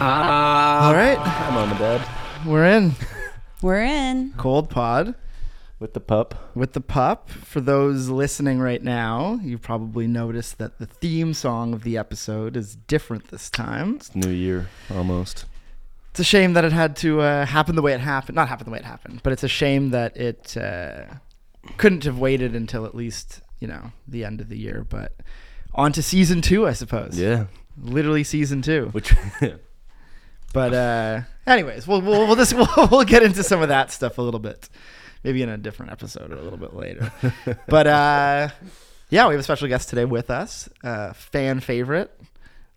Ah. We're in We're in. Cold Pod with the pup. with the pup. For those listening right now, you probably noticed that the theme song of the episode is different this time. It's New Year almost. It's a shame that it had to uh, happen the way it happened. Not happen the way it happened, but it's a shame that it uh, couldn't have waited until at least you know the end of the year. But on to season two, I suppose. Yeah, literally season two. which But uh, anyways, we'll we'll we'll, just, we'll we'll get into some of that stuff a little bit, maybe in a different episode or a little bit later. but uh, yeah, we have a special guest today with us, uh, fan favorite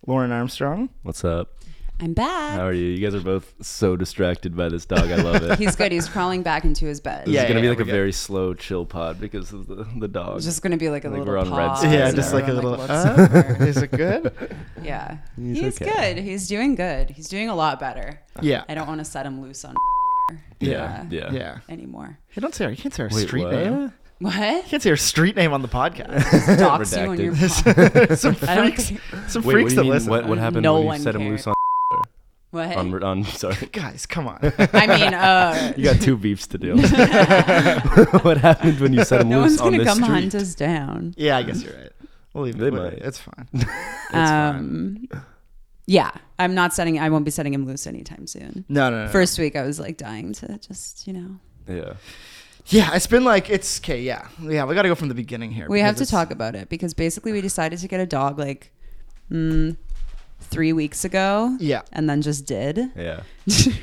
Lauren Armstrong. what's up? I'm back. How are you? You guys are both so distracted by this dog. I love it. He's good. He's crawling back into his bed. This Yeah, is gonna yeah, be like we're a good. very slow chill pod because of the, the dog. It's just gonna be like a Like little we're on red pause space yeah, and just like a little. everyone, uh, looks over. is it good? yeah, He's he's, okay. good. He's doing good. He's doing a lot better. Yeah, I don't want to set him loose on uh, yeah, yeah. yeah. anymore. You don't say our, you can't say our Wait, street what? name. You What? can't say our street name on the podcast. Dox you on Redacted. your pod. some I don't freaks, think- some Wait, what freaks do that you mean? listen. What, what Uh, happened no when you one set him cared. loose on What? on, on sorry. Guys, come on. I mean, uh, You got two beefs to deal. what happened when you set him no one's loose on gonna this come street? hunt us down. yeah, I guess you're right. We'll leave They it. might. It's fine. um, yeah, I'm not setting. I won't be setting him loose anytime soon. No, no, no. no. First week, I was like dying to just, you know. Yeah. Yeah, it's been like it's okay. Yeah, yeah, we got to go from the beginning here. We have to because talk about it because basically we decided to get a dog like mm, three weeks ago it's- Yeah, and then just did. Yeah.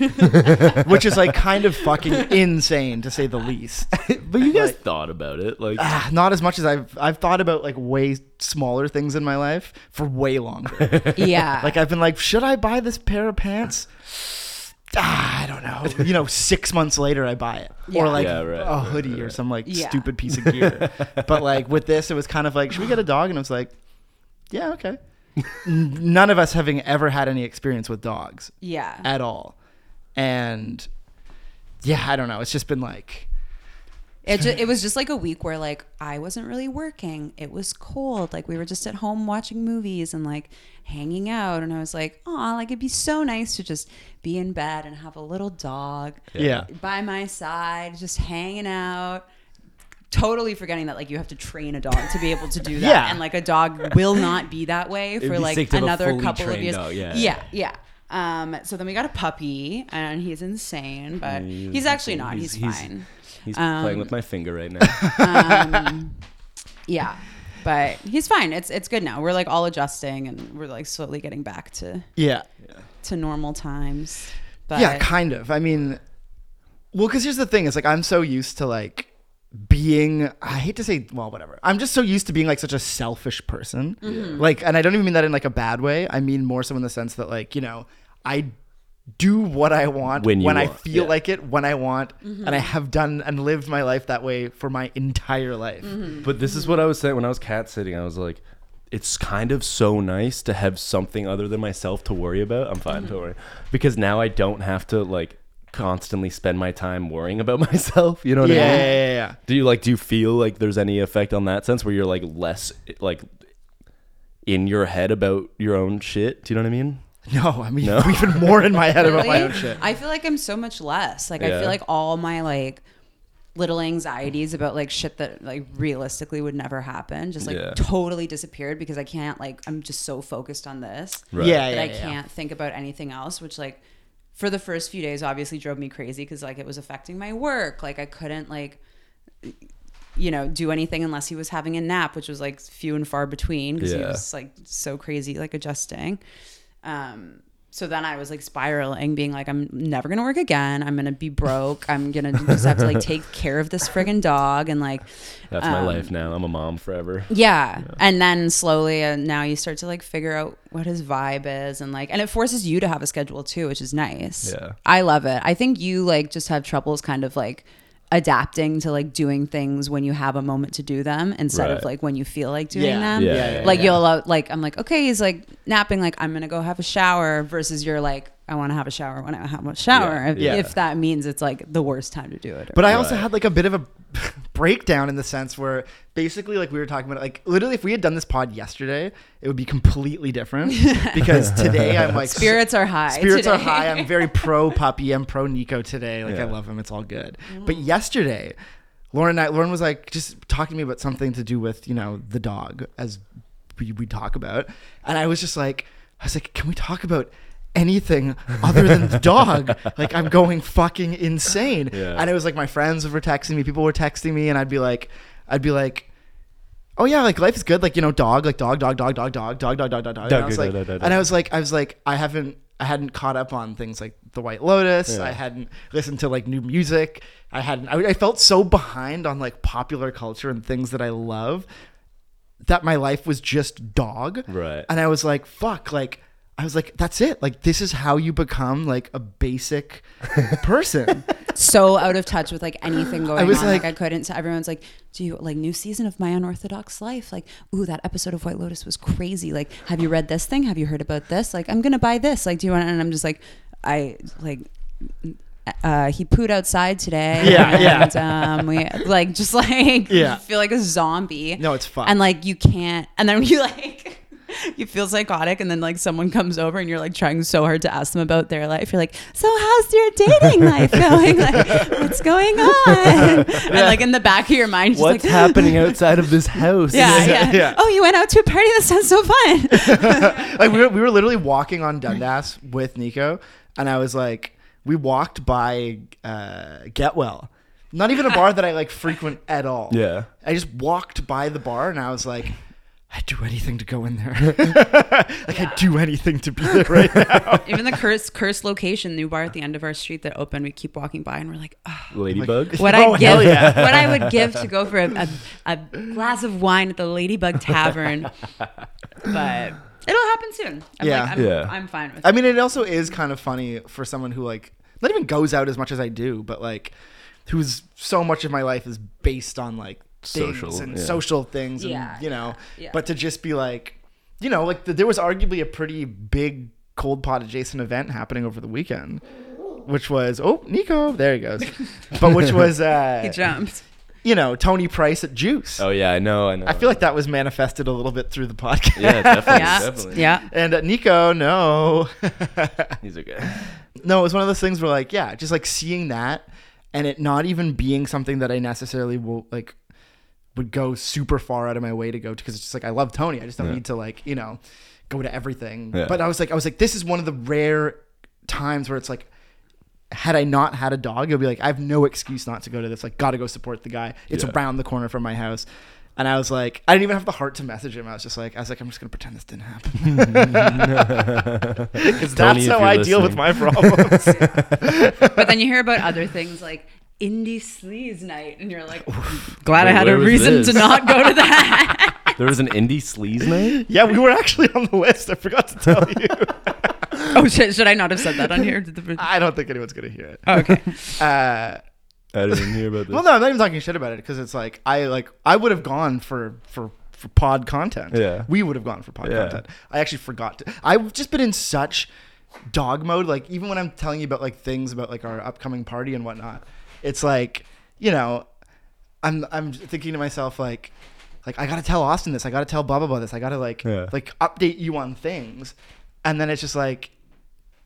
which is like kind of fucking insane to say the least. but you guys Like- thought about it. Like Ah, not as much as I've I've thought about like way smaller things in my life for way longer. yeah. like I've been like, should I buy this pair of pants? Ah, I don't know. You know, six months later I buy it, or Yeah. like Yeah, right, a right, hoodie right, or right. some like Yeah. stupid piece of gear. but like with this, it was kind of like, should we get a dog? And I was like, yeah, okay. N- None of us having ever had any experience with dogs. yeah. at all. And yeah, I don't know. It's just been like, It, ju- it was just like a week where like I wasn't really working. It was cold. Like we were just at home watching movies and like hanging out. And I was like, oh, like it'd be so nice to just be in bed and have a little dog yeah. by my side, just hanging out. Totally forgetting that like you have to train a dog to be able to do that, Yeah. and like a dog will not be that way for be sick like to have a another fully couple of trained years. dog, yeah. yeah, yeah. Um, so then we got a puppy, and he's insane, but He is he's actually insane. not. He's, He's- he's- fine. he's um, playing with my finger right now. Yeah, but he's fine. It's it's good now. We're like all adjusting, and we're like slowly getting back to Yeah. to normal times. But yeah, kind of. I mean, well, because here's the thing is like, I'm so used to like being, I hate to say, well, whatever. I'm just so used to being like such a selfish person. Mm-hmm. Like, and I don't even mean that in like a bad way. I mean more so in the sense that like, you know, I do what I want When you I want, feel yeah. Mm-hmm. like it, when I want. And I have done and lived my life that way for my entire life. But this is what I was saying when I was cat sitting. I was like, it's kind of so nice to have something other than myself to worry about. I'm fine, don't worry. Mm-hmm. Because now I don't have to like constantly spend my time worrying about myself. You know what Yeah, I mean? yeah, yeah, yeah. Do you like? Do you feel like there's any effect on that sense where you're like less like in your head about your own shit? Do you know what I mean? No, I mean even more in my head about my Really? own shit. I feel like I'm so much less. Like I Yeah. feel like all my like little anxieties about like shit that like realistically would never happen just like Yeah. totally disappeared because I can't like I'm just so focused on this Right. Yeah, that yeah, I yeah. can't think about anything else which like for the first few days obviously drove me crazy cuz like it was affecting my work like I couldn't like you know do anything unless he was having a nap which was like few and far between because he Yeah. was like so crazy like adjusting um so then i was like spiraling being like i'm never gonna work again i'm gonna be broke i'm gonna just have to like take care of this friggin' dog and like That's my Um, life now. I'm a mom forever. yeah. and then slowly and now you start to like figure out what his vibe is and like and it forces you to have a schedule too which is nice Yeah. i love it i think you like just have troubles kind of like adapting to like doing things when you have a moment to do them instead of Right. like when you feel like doing Yeah. them Yeah, like you'll uh, like I'm like okay he's like napping like I'm gonna go have a shower versus you're like I want to have a shower when I have a shower Yeah, if, yeah. if that means it's like the worst time to do it. or- But I also Right. had like a bit of a breakdown in the sense where basically like we were talking about like literally if we had done this pod yesterday it would be completely different because today i'm like Spirits are high. spirits are today. high i'm very pro puppy i'm pro nico today like i love him it's all good Mm. but yesterday lauren and i lauren was like just talking to me about something to do with you know the dog as we, we talk about and i was just like i was like can we talk about anything other than the dog like i'm going fucking insane Yeah. and it was like my friends were texting me people were texting me and i'd be like i'd be like oh yeah, like life is good. Like you know, dog, like dog, dog, dog, dog, dog, dog, dog, dog, dog. dog and I was dog, like, dog, dog, dog. and I was like, I was like, I haven't, I hadn't caught up on things like The White Lotus. I hadn't listened to like new music. I hadn't. I, I felt so behind on like popular culture and things that I love that my life was just dog. Right. And I was like, fuck, like. I was like, that's it. Like, this is how you become like a basic person. so out of touch with like anything going was on. Like, like- I couldn't. So everyone's like, "Do you like new season of My Unorthodox Life?" Like, "Ooh, that episode of White Lotus was crazy." Like, "Have you read this thing? Have you heard about this?" Like, "I'm gonna buy this." Like, "Do you want?" And I'm just like, I like. Uh, he pooed outside today. Yeah, yeah. and, Um, we like just like Yeah. feel like a zombie. No, it's fucked. And like you can't, and then you like you feel psychotic, and then like someone comes over and you're like trying so hard to ask them about their life. You're like, so how's your dating life going? Like, what's going on? And like in the back of your mind, just What's like. happening outside of this house? Yeah, yeah, yeah. Oh, you went out to a party. That sounds so fun. like we were, we were literally walking on Dundas with Nico, and I was like, we walked by uh, Get Well, not even a bar that I like frequent at all. Yeah. I just walked by the bar, and I was like, I'd do anything to go in there. like I'd do anything to be there right now. Even the cursed, cursed location, new bar at the end of our street that opened. We keep walking by, and we're like, oh, Ladybug. what Oh, I hell give, yeah. what I would give to go for a, a, a glass of wine at the Ladybug Tavern, but it'll happen soon. I'm Yeah. like, I'm, Yeah. I'm fine with. I it. mean, it also is kind of funny for someone who like not even goes out as much as I do, but like who's so much of my life is based on like things Social, and yeah. social things, and Yeah, you know. yeah. But to just be like, you know, like th- there was arguably a pretty big cold pot adjacent event happening over the weekend, which was oh Nico, there he goes, but which was He uh, jumped. you know Tony Price at Juice. Oh yeah, I know. I know. I feel like that was manifested a little bit through the podcast. yeah, definitely, Yeah, definitely. yeah. And uh, Nico, no. He's okay. no, it was one of those things where like, yeah, just like seeing that and it not even being something that I necessarily will like would go super far out of my way to go to because it's just like I love Tony. I just don't need to like, you know, go to everything. Yeah. But I was like I was like, this is one of the rare times where it's like had I not had a dog, it'd be like, I have no excuse not to go to this. Like, gotta go support the guy. It's Yeah. around the corner from my house. And I was like, I didn't even have the heart to message him. I was just like, I was like, I'm just gonna pretend this didn't happen. Because Tony, that's if how you're I deal with my problems. But then you hear about other things like indie sleaze night, and you're like, glad I Wait, had where a was reason to this? not go to that. There was an indie sleaze night. yeah, we were actually on the list. I forgot to tell you. oh shit! Should I not have said that on here? Did the- I don't think anyone's gonna hear it. Oh, okay. Uh, I didn't hear about this. well, no, I'm not even talking shit about it because it's like I like I would have gone for for for pod content. Yeah. we would have gone for pod Yeah. content. I actually forgot to. I've just been in such dog mode. Like even when I'm telling you about like things about like our upcoming party and whatnot, it's like you know, I'm I'm thinking to myself like. Like I gotta tell Austin this. I gotta tell blah blah blah this. I gotta like Yeah. like update you on things, and then it's just like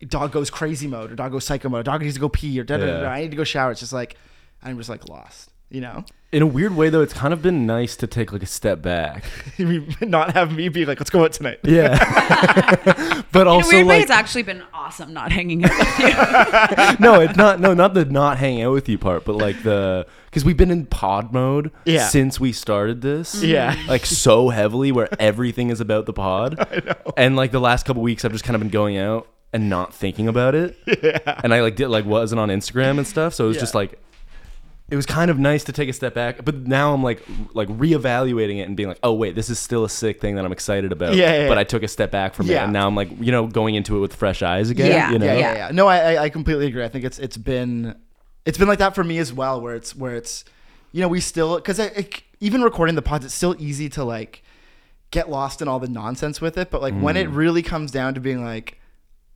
dog goes crazy mode or dog goes psycho mode. Dog needs to go pee or da da da. Yeah. I need to go shower. It's just like I'm just like lost, you know. In a weird way, though, it's kind of been nice to take like a step back. I mean, Not have me be like, let's go out tonight. Yeah, but In a also weird way, like it's actually been awesome not hanging out. with you. no, it's not. No, not the not hanging out with you part, but like the because we've been in pod mode Yeah. since we started this. Yeah. like so heavily where everything is about the pod. I know. And like the last couple weeks, I've just kind of been going out and not thinking about it. Yeah. And I like did like wasn't on Instagram and stuff, so it was Yeah. just like. It was kind of nice to take a step back, but now I'm like like reevaluating it and being like, oh wait, this is still a sick thing that I'm excited about. Yeah, yeah, but yeah. I took a step back from it, Yeah. and now I'm like, you know, going into it with fresh eyes again. Yeah. you know? yeah, yeah, yeah. No, I, I I completely agree. I think it's it's been it's been like that for me as well, where it's where it's you know we still because I, I even recording the pods, it's still easy to Mm. like get lost in all the nonsense with it, but like when it really comes down to being like.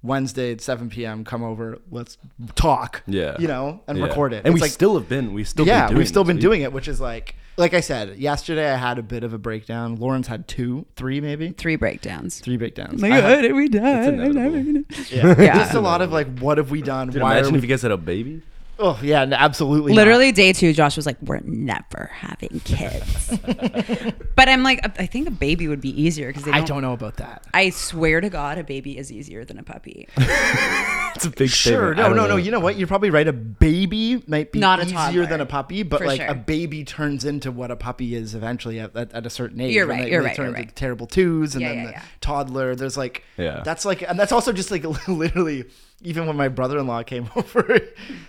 Wednesday at 7 p.m. Come over, let's talk. Yeah. you know, and Yeah. record it. And It's we like, still have been. We've still yeah, been doing we've still this. been We- doing it, which is like, like I said yesterday, I had a bit of a breakdown. Lawrence had two, three maybe, Three breakdowns. three breakdowns. Like, I how had- did we die? It's inevitable. yeah. Yeah. just a lot of like, what have we done? Dude, Why are imagine we if you guys had a baby. Oh yeah, no, absolutely. not. Literally day two, Josh was like, "We're never having kids." but I'm like, I think a baby would be easier because they I don't. don't know about that. I swear to God, a baby is easier than a puppy. It's a big Sure, statement. I no, don't no, know. no. You know what? You're probably right. A baby might be Not a easier toddler, than a puppy, but for like sure. a baby turns into what a puppy is eventually at, at, at a certain age. You're when right, They, you're they right, Turn you're into right. terrible twos, and Yeah, then yeah, the yeah. toddler. There's like, Yeah. that's like, and that's also just like literally. Even when my brother-in-law came over,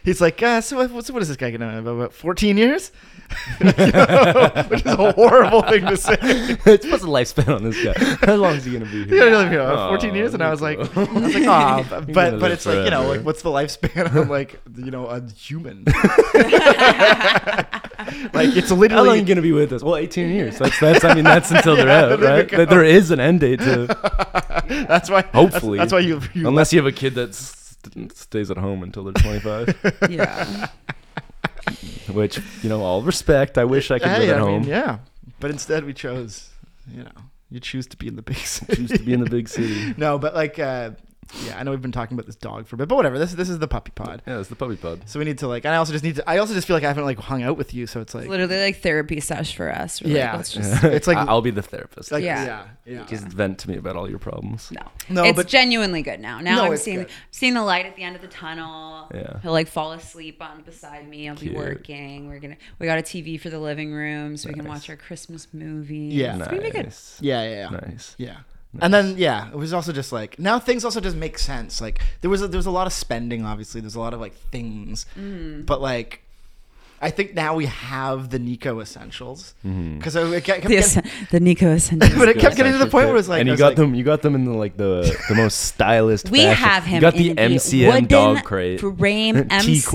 he's like, uh, "So what, what's- what is this guy gonna have about 14 years?" Which is a horrible thing to say. it's what's the lifespan on this guy? How long is he gonna be Yeah, here? like, you know, Aw, 14 years, and I was like, that's I was like, oh, but gonna but, live it's like you know, forever. like what's the lifespan of like you know a human? like it's How long are you literally gonna be with us? Well, 18 years. That's that's. I mean, that's until they're out, there we right? go. But there is an end date to. that's why Hopefully, that's, that's why you, you unless you have a kid that st- stays at home until they're 25, Yeah. which you know, all respect. I wish I could Hey, live at I mean, home. yeah, but instead we chose you know you choose to be in the big city. Choose to be in the big city. No, but like uh, yeah, I know we've been talking about this dog for a bit, but whatever. This this is the puppy pod. Yeah, it's the puppy pod. So we need to like, and I also just need to. I also just feel like I haven't like hung out with you, so it's like, Literally like therapy sesh for us. We're like, Yeah. let's just It's like- I- I'll be the therapist. like Yeah. yeah, yeah. Just vent to me about all your problems. no. No, it's but- genuinely good now. Now No, I'm it's seeing good. seeing the light at the end of the tunnel. Yeah. He'll like fall asleep on beside me. I'll Cute. be working. We're gonna we got a TV for the living room so we can watch our Christmas movies. Yeah. It's gonna be good. Nice. Yeah, yeah, yeah. Nice. Yeah. And then yeah, it was also just like now things also just make sense. Like there was a, there was a lot of spending, obviously. There's a lot of like things, Mm. but like I think now we have the Nico essentials Mm-hmm. because I it kept, kept This, getting, the Nico Ascension. but it kept getting to the point where it was like and I you was got like, them. You got them in the like the the most stylist. We fashion. have him. You got the in MCM wooden dog crate. frame Teak MCM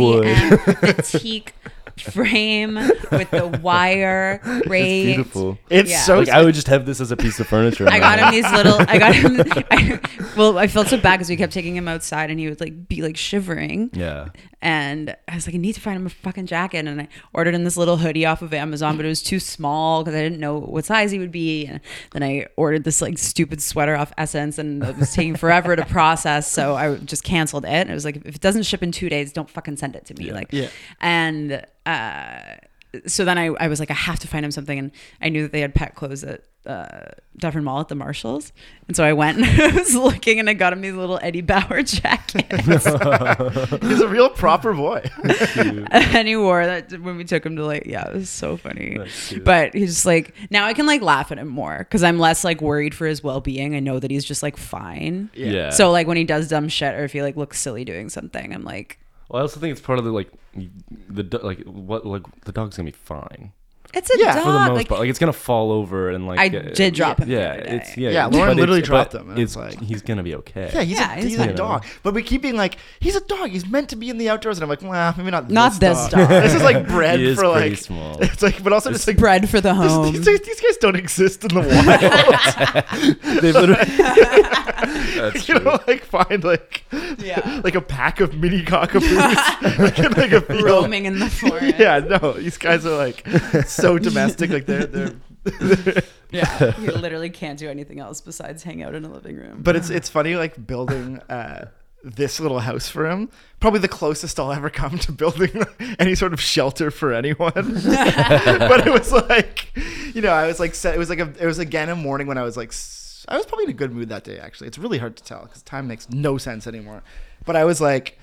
wood. the teak frame with the wire It's raised. beautiful. It's Yeah. so Like I would just have this as a piece of furniture. in my I got him house. these little. I got him. I, well, I felt so bad because we kept taking him outside, and he would like be like shivering. Yeah. And I was like, I need to find him a fucking jacket. And I ordered him this little hoodie off of Amazon, but it was too small because I didn't know what size he would be. And then I ordered this like stupid sweater off Essence, and it was taking forever to process. So I just canceled it. And it was like, if it doesn't ship in two days, don't fucking send it to me. Like, Yeah. and uh, so then I, I was like, I have to find him something. And I knew that they had pet clothes at uh, Dufferin Mall at the Marshalls. And so I went and I was looking and I got him these little Eddie Bauer jackets. he's a real proper boy. and he wore that when we took him to like, yeah, it was so funny. But he's just like, now I can like laugh at him more because I'm less like worried for his well being. I know that he's just like fine. Yeah. Yeah. So like when he does dumb shit or if he like looks silly doing something, I'm like, Well, I also think it's part of the like the do- like what like the dog's gonna be fine it's a Yeah. dog. For for the most like, part. Like it's gonna fall over and like I uh, did drop him. the Yeah, other day. it's yeah. Yeah, it's- Lauren but it's- literally dropped but him, and it's like- he's gonna be okay. Yeah, he's Yeah, a, he's he's fine. a dog. But we keep being like, he's a dog. He's meant to be in the outdoors, and I'm like, well, maybe not. Not this dog. this is like bread He is for pretty like. small. It's like, but also just like bread for the home. These, these, these guys don't exist in the wild. They literally. That's you know, like find like Yeah. like a pack of mini cockapoos like, in like a field. roaming in the forest. Yeah, no, these guys are like so domestic. Like they're they're, yeah. You literally can't do anything else besides hang out in a living room. but it's it's funny like building. uh this little house for him, probably the closest I'll ever come to building any sort of shelter for anyone. but it was like, you know, I was like, set, it was like a, it was again a morning when I was like, s- I was probably in a good mood that day. Actually, it's really hard to tell because time makes no sense anymore. But I was like,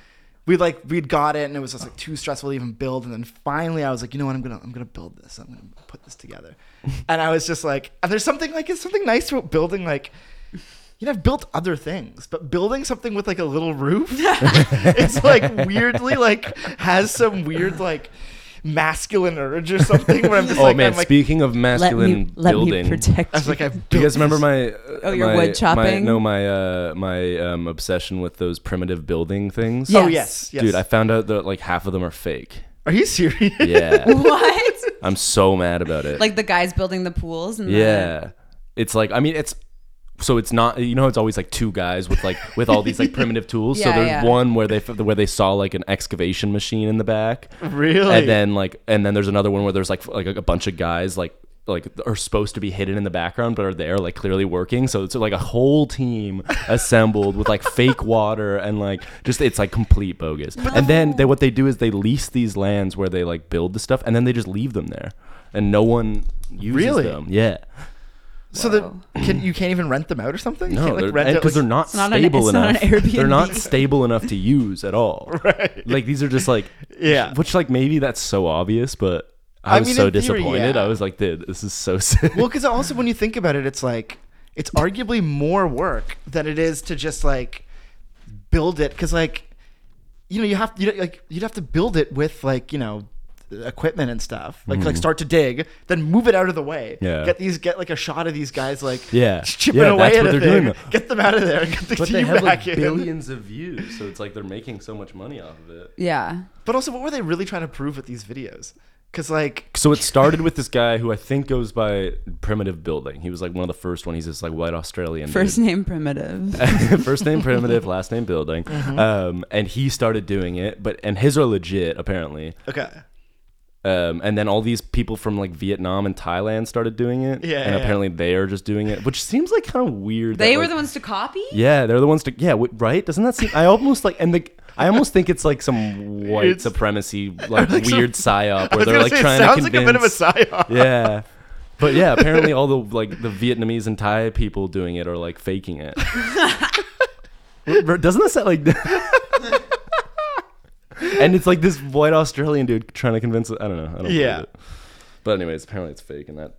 we like we'd got it, and it was just like too stressful to even build. And then finally, I was like, you know what, I'm gonna I'm gonna build this. I'm gonna put this together. and I was just like, and there's something like it's something nice about building like. You know, I've built other things, but building something with like a little roof, it's like weirdly like has some weird like masculine urge or something where I'm just oh like, man, I'm like, speaking of masculine building, protect I was like, I've Do built you guys remember this- my? uh, Oh, your my- wood my- chopping? no, my uh, my um, obsession with those primitive building things. Yeah. Oh Yes. yes, yes. Dude, I found out that like half of them are fake. Are you serious? Yeah, what? I'm so mad about it. like the guys building the pools and the- yeah, it's like I mean it's so it's not you know it's always like two guys with like with all these like primitive tools. so Yeah, there's yeah. one where they where they saw like an excavation machine in the back. Really? And then like and then there's another one where there's like f- like a bunch of guys like like are supposed to be hidden in the background but are there like clearly working. So it's like a whole team assembled with like fake water and like just it's like complete bogus. And then they what they do is they lease these lands where they like build the stuff and then they just leave them there and no one uses Really? them. Yeah. So that can you can't even rent them out or something? You No, can't, because like, they're, rent and- out, 'cause like- they're not It's not an- stable it's not enough. an Airbnb. They're not stable enough to use at all. Right. Like these are just like Yeah. which like maybe that's so obvious, but I, I was mean, so in theory, disappointed. yeah. I was like, dude, this is so sick. Well, because also when you think about it, it's like it's arguably more work than it is to just like build it. Because like you know you have you like you'd have to build it with like you know equipment and stuff. Like like start to dig, then move it out of the way. Mm-hmm. Yeah. Get these get like a shot of these guys like Yeah. chipping Yeah, away that's at what a they're thing. doing, though. Get them out of there. and Get the but they team have like back in. billions of views, so it's like they're making so much money off of it. Yeah. But also, what were they really trying to prove with these videos? Because like So it started with this guy who I think goes by Primitive Building. He was like one of the first one. He's this like white Australian. dude. First name primitive. first name primitive, last name building. Mm-hmm. Um, and he started doing it, but and his are legit apparently. okay. Um, and then all these people from like Vietnam and Thailand started doing it. Yeah, And yeah, yeah. apparently they are just doing it, which seems like kind of weird. that, They were like- the ones to copy? Yeah, they're the ones to. Yeah, w- right. Doesn't that seem? I almost like and the. I almost think it's like some white It's- supremacy, like, like some- weird psyop I where was they're gonna like say, it trying sounds to like convince. a bit of a psyop. yeah. But yeah, apparently all the like the Vietnamese and Thai people doing it are like faking it. Doesn't that sound like? and it's like this white Australian dude trying to convince. I don't know. I don't believe Yeah. it. But anyways, apparently it's fake, and that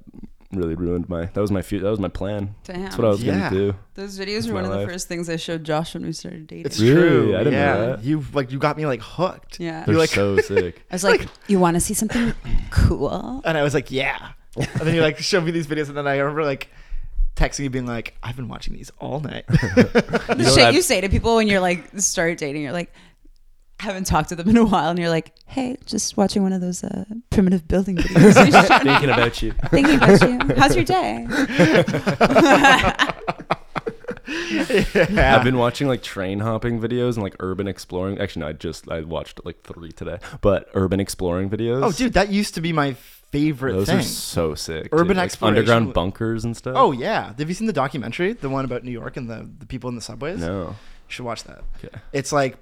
really ruined my. That was my fu- That was my plan. That's what I Damn. was Yeah. gonna do. Those videos were my one of the life. first things I showed Josh when we started dating. It's Really? true. I didn't know yeah. that. You like you got me like hooked. Yeah. They're You're like, so sick. I was like, you want to see something cool? and I was like, yeah. And then you like showed me these videos, and then I remember like texting you being like, I've been watching these all night. The know shit that- you say to people when you're like start dating, you're like, haven't talked to them in a while, and you're like, hey, just watching one of those uh, primitive building videos. Thinking about you. Thinking about you. How's your day? yeah. I've been watching like train hopping videos and like urban exploring. Actually, no, I just I watched like three today. But urban exploring videos. oh, dude, that used to be my favorite those thing. are so sick. Urban dude. Like, exploration underground with- bunkers and stuff. oh yeah. Have you seen the documentary, the one about New York and the the people in the subways? You no. should watch that. Okay. It's like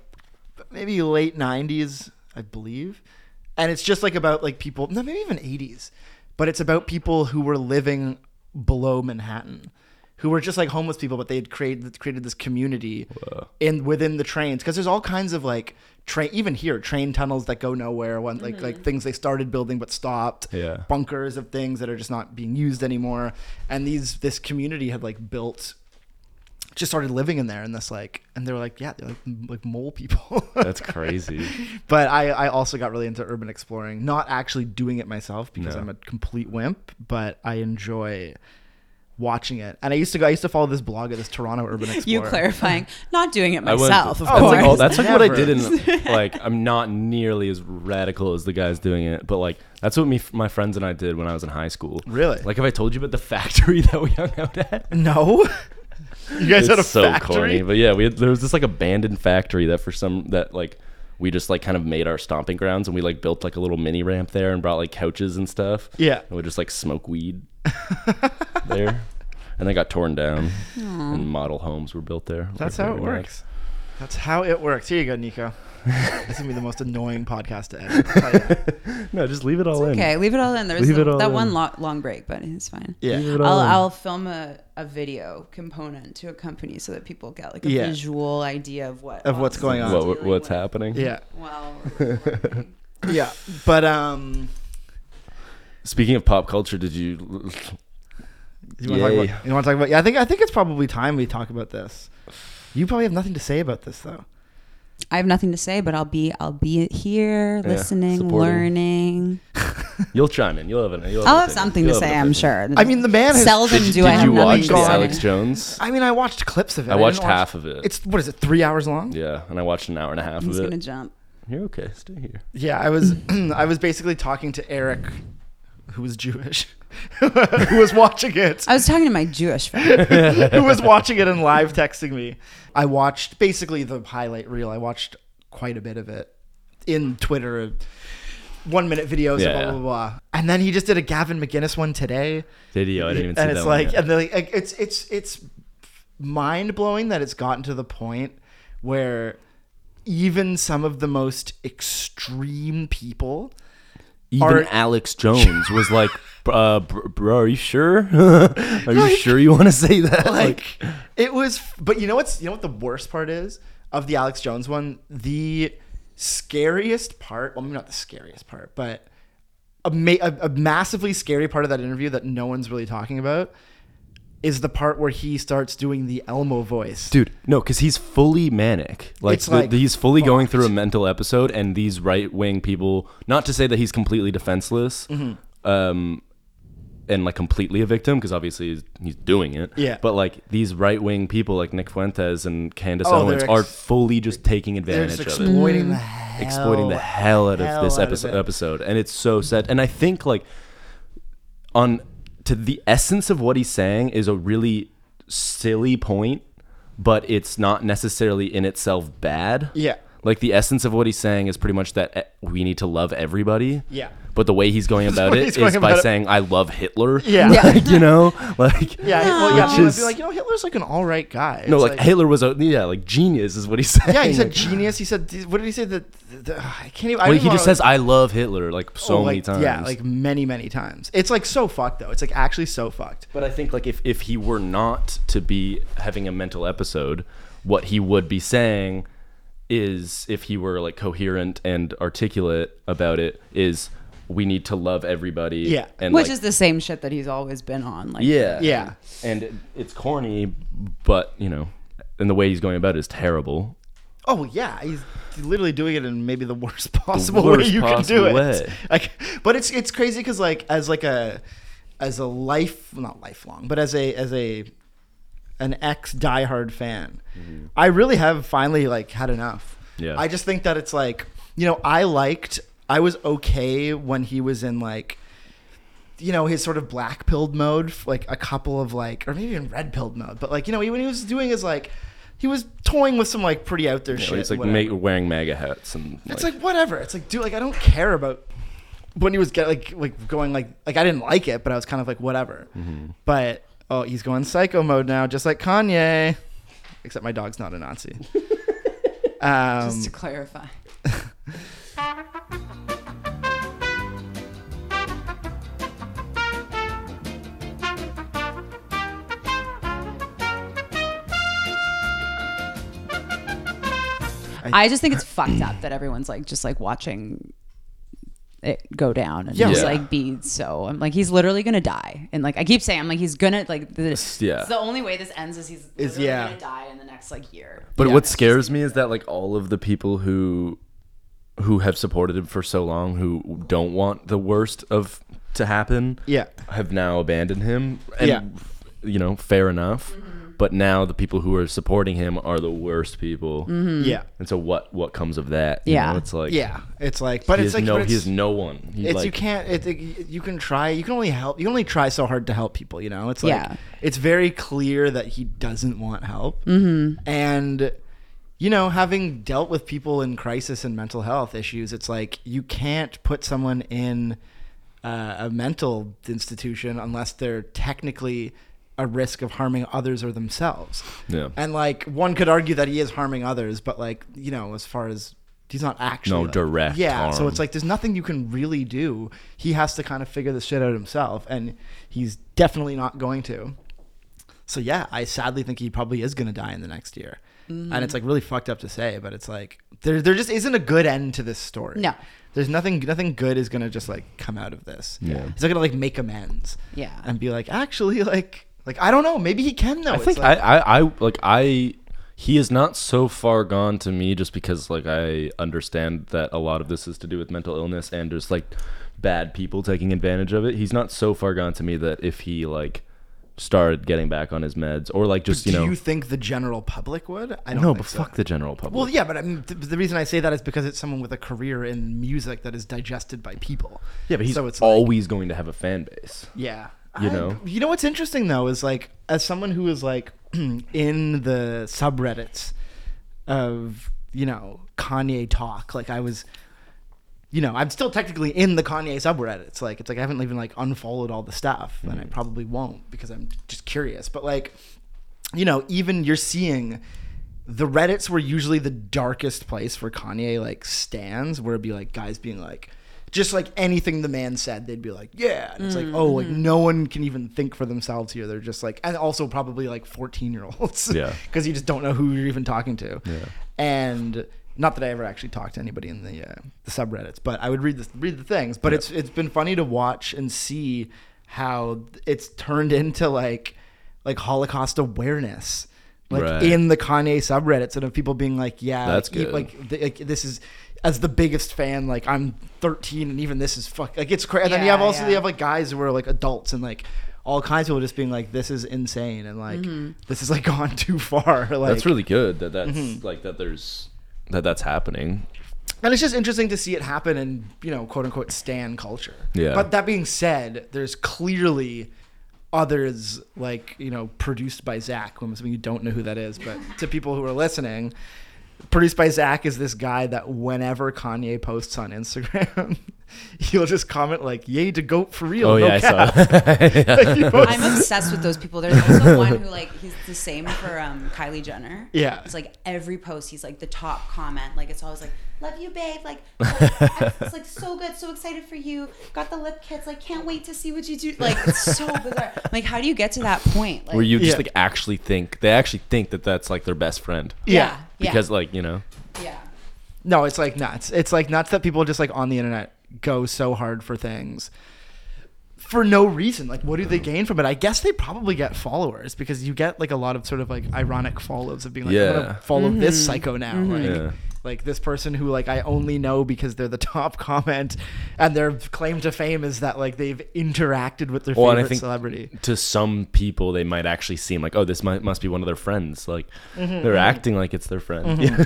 maybe late '90s, I believe, and it's just like about like people. No, maybe even '80s, but it's about people who were living below Manhattan, who were just like homeless people, but they had created created this community in within the trains because there's all kinds of like train even here train tunnels that go nowhere, one like like things they started building but stopped, Yeah. bunkers of things that are just not being used anymore, and these this community had like built just started living in there and this like and they were like yeah they're like m- like mole people That's crazy. but i i also got really into urban exploring not actually doing it myself because No. i'm a complete wimp but i enjoy watching it and i used to go i used to follow this blog at this toronto urban explorer You clarifying, not doing it I went- myself, of Oh, that's like, all- course. that's like what I Never. did in like I'm not nearly as radical as the guys doing it, but like that's what me my friends and I did when I was in high school. Really? Like if I told you about the factory that we hung out at. no you guys had a it's so corny, factory but yeah, we had, there was this like abandoned factory that for some that like we just like kind of made our stomping grounds and we like built like a little mini ramp there and brought like couches and stuff. Yeah. and we just like smoke weed there, and they got torn down and model homes were built there. that's Like, how it really nice. works that's how it works here you go nico this is gonna be the most annoying podcast to edit I'll tell you. No, just leave it all in. Okay, leave it all in. There was Leave the- it all that in. one lo- long break, but it's fine. yeah it I'll, all in. I'll film a, a video component to accompany so that people get like a Yeah. visual idea of what Of what's going on. What- what, what's happening? yeah Wow. Well, yeah but um Speaking of pop culture, did you? You want, to talk Yay. about, you want to talk about? Yeah, I think I think it's probably time we talk about this. You probably have nothing to say about this though. I have nothing to say, but I'll be I'll be here Yeah, listening, supporting. learning. You'll chime in. You'll have an. You'll have I'll an opinion. have something to You'll have say. an I'm opinion. sure. I mean, the man has. seldom Did, do did I have you nothing watch to the gone. say. Alex Jones? I mean, I watched clips of it. I watched didn't watch- half of it. It's what is it? Three hours long? Yeah, Yeah, and I watched an hour and a half He's of it. gonna jump. You're okay. Stay here. I was I was basically talking to Eric, who was Jewish, who was watching it, I was talking to my Jewish friend. who was watching it and live texting me. I watched basically the highlight reel. I watched quite a bit of it in Twitter, one minute videos, Yeah, blah, yeah. blah, blah, blah. And then he just did a Gavin McGinnis one today. Did he? Oh, I didn't even see and that it's one like, yet. and they're like, it's it's it's mind blowing that it's gotten to the point where even some of the most extreme people even are- Alex Jones was like, uh, br- bro, are you sure? are you sure you want to say that? like it was but you know what's you know what the worst part is of the alex jones one the scariest part well maybe not the scariest part but a, ma- a, a massively scary part of that interview that no one's really talking about is the part where he starts doing the elmo voice dude no because he's fully manic like, It's the- like, he's fully going through a mental episode and these right-wing people not to say that he's completely defenseless Mm-hmm. um, and like completely a victim because obviously he's, he's doing it Yeah. but like these right-wing people like nick fuentes and candace Oh, owens they're are ex- fully just taking they're advantage just of it Mm. exploiting the hell exploiting the hell out of this Oh, hell out of episode, it. episode and it's so sad and i think like on to the essence of what he's saying is a really silly point but it's not necessarily in itself bad Yeah. like the essence of what he's saying is pretty much that eh, we need to love everybody Yeah. but the way he's going about way it he's is going by about it. saying i love hitler Yeah. Yeah. like, you know like yeah well yeah Which people would is- be like you know hitler's like an all right guy no It's like, hitler was a yeah like genius is what he's saying yeah he said Like, genius he said what did he say that the, the, i can't even I well, don't he even just wanna- says i love hitler like so Oh, many like, times Yeah, like many, many times. It's like so fucked though. It's like actually so fucked. But I think like if if he were not to be having a mental episode, what he would be saying is if he were like coherent and articulate about it is we need to love everybody. Yeah. And Which like, is the same shit that he's always been on. Like yeah. Yeah. And it- it's corny, but you know, and the way he's going about it is terrible. Oh yeah, he's literally doing it in maybe the worst possible way worst you can do possible it. way. Like, but it's it's crazy because like as like a as a life not lifelong, but as a as a an ex diehard fan, I really have finally like had enough. Mm-hmm. Yeah. I just think that it's like you know I liked I was okay when he was in like you know his sort of black pilled mode, f- like a couple of like, or maybe even red pilled mode. But like you know he- when he was doing his like, he was toying with some like pretty out there You know, shit. he's like whatever. ma- wearing MAGA hats and it's like whatever. It's like dude, like I don't care about when he was get like like going like like I didn't like it, but I was kind of like whatever. Mm-hmm. But oh, he's going psycho mode now, just like Kanye. Except my dog's not a Nazi. um, Just to clarify. I just think it's fucked up that everyone's like just like watching it go down and Yeah. just Yeah. like be so I'm like he's literally gonna die and like I keep saying I'm like he's gonna like the, yeah. the only way this ends is he's Is- literally yeah. gonna die in the next like year But Yeah. what scares me is that like all of the people who who have supported him for so long who don't want the worst of to happen Yeah. have now abandoned him and Yeah. Mm-hmm. you know fair enough but now the people who are supporting him are the worst people yeah, and so what what comes of that you Yeah. know, it's like Mm-hmm. yeah. It's like, but he it's has like no but he it's, has no one He, it's like, you can't. It, it, you can try. You can only help. You can only try so hard to help people. You know, it's like Yeah. it's very clear that he doesn't want help. Mm-hmm. And you know, having dealt with people in crisis and mental health issues, it's like you can't put someone in uh, a mental institution unless they're technically a risk of harming others or themselves. Yeah. And like one could argue that he is harming others, but like you know, as far as he's not actually No like- direct Yeah. So harm. it's like there's nothing you can really do. He has to kind of figure this shit out himself, and he's definitely not going to. So yeah, I sadly think he probably is going to die in the next year. And it's like really fucked up to say, but it's like there there just isn't a good end to this story. No. There's nothing nothing good is going to just like come out of this. Yeah. He's not going to like make amends. Yeah. And be like, "Actually, like like I don't know, maybe he can though." I think I, I, I like I he is not so far gone to me just because like I understand that a lot of this is to do with mental illness and just like bad people taking advantage of it. He's not so far gone to me that if he like started getting back on his meds or like just Do you know you think the general public would? I don't no, think but so. fuck the general public. Well, yeah, but I mean, th- the reason I say that is because it's someone with a career in music that is digested by people. yeah, but he's so it's like- always going to have a fan base. Yeah. You I- know? You know what's interesting though is like as someone who is like in the subreddits of, you know, Kanye talk, like I was you know, I'm still technically in the Kanye subreddits. Like it's like I haven't even like unfollowed all the stuff and I probably won't because I'm just curious. But like you know, even you're seeing the Reddits were usually the darkest place for Kanye like stands, where it'd be like guys being like, just like anything the man said, they'd be like, yeah. And it's like, oh, like no one can even think for themselves here. They're just like, and also probably like 14 year olds. Yeah. Because you just don't know who you're even talking to. Yeah. And not that I ever actually talked to anybody in the, uh, the subreddits, but I would read the read the things. But it's it's been funny to watch and see how it's turned into like like Holocaust awareness, like Right. in the Kanye subreddits, and of people being like, yeah, That's like, e- good. Like, th- like this is. As the biggest fan, like I'm 13, and even this is fuck. Like it's crazy. And then you Yeah, have also yeah. you have like guys who are like adults and like all kinds of people just being like, this is insane, and like Mm-hmm. this is like gone too far. Like mm-hmm. that's really good that that's like that there's that that's happening. And it's just interesting to see it happen in, you know, quote unquote stan culture. Yeah. But that being said, there's clearly others like, you know, produced by Zach. I'm assuming you don't know who that is, but to people who are listening, produced by Zach is this guy that whenever Kanye posts on Instagram, he'll just comment like, Yay to goat for real. Oh no yeah, I cap." saw. that. Yeah. Like, he posts- I'm obsessed with those people. There's also one who like he's the same for um, Kylie Jenner. Yeah. it's like every post he's like the top comment. Like it's always like "Love you, babe." Like "Oh, it's like so good, so excited for you. Got the lip kits. Like can't wait to see what you do. Like it's so bizarre. Like how do you get to that point? Like, Where you just Yeah. like actually think they actually think that that's like their best friend yeah. Yeah. because like you know yeah. No, it's like nuts. It's like nuts that people just like on the internet go so hard for things for no reason. Like, what do Mm. they gain from it? I guess they probably get followers because you get like a lot of sort of like ironic follows of being like, I'm Yeah. gonna follow this psycho now. Like, Yeah. like this person who like I only know because they're the top comment and their claim to fame is that like they've interacted with their Well, and I favorite think- celebrity. to some people they might actually seem like oh this might, must be one of their friends like Mm-hmm, they're acting like it's their friend yeah.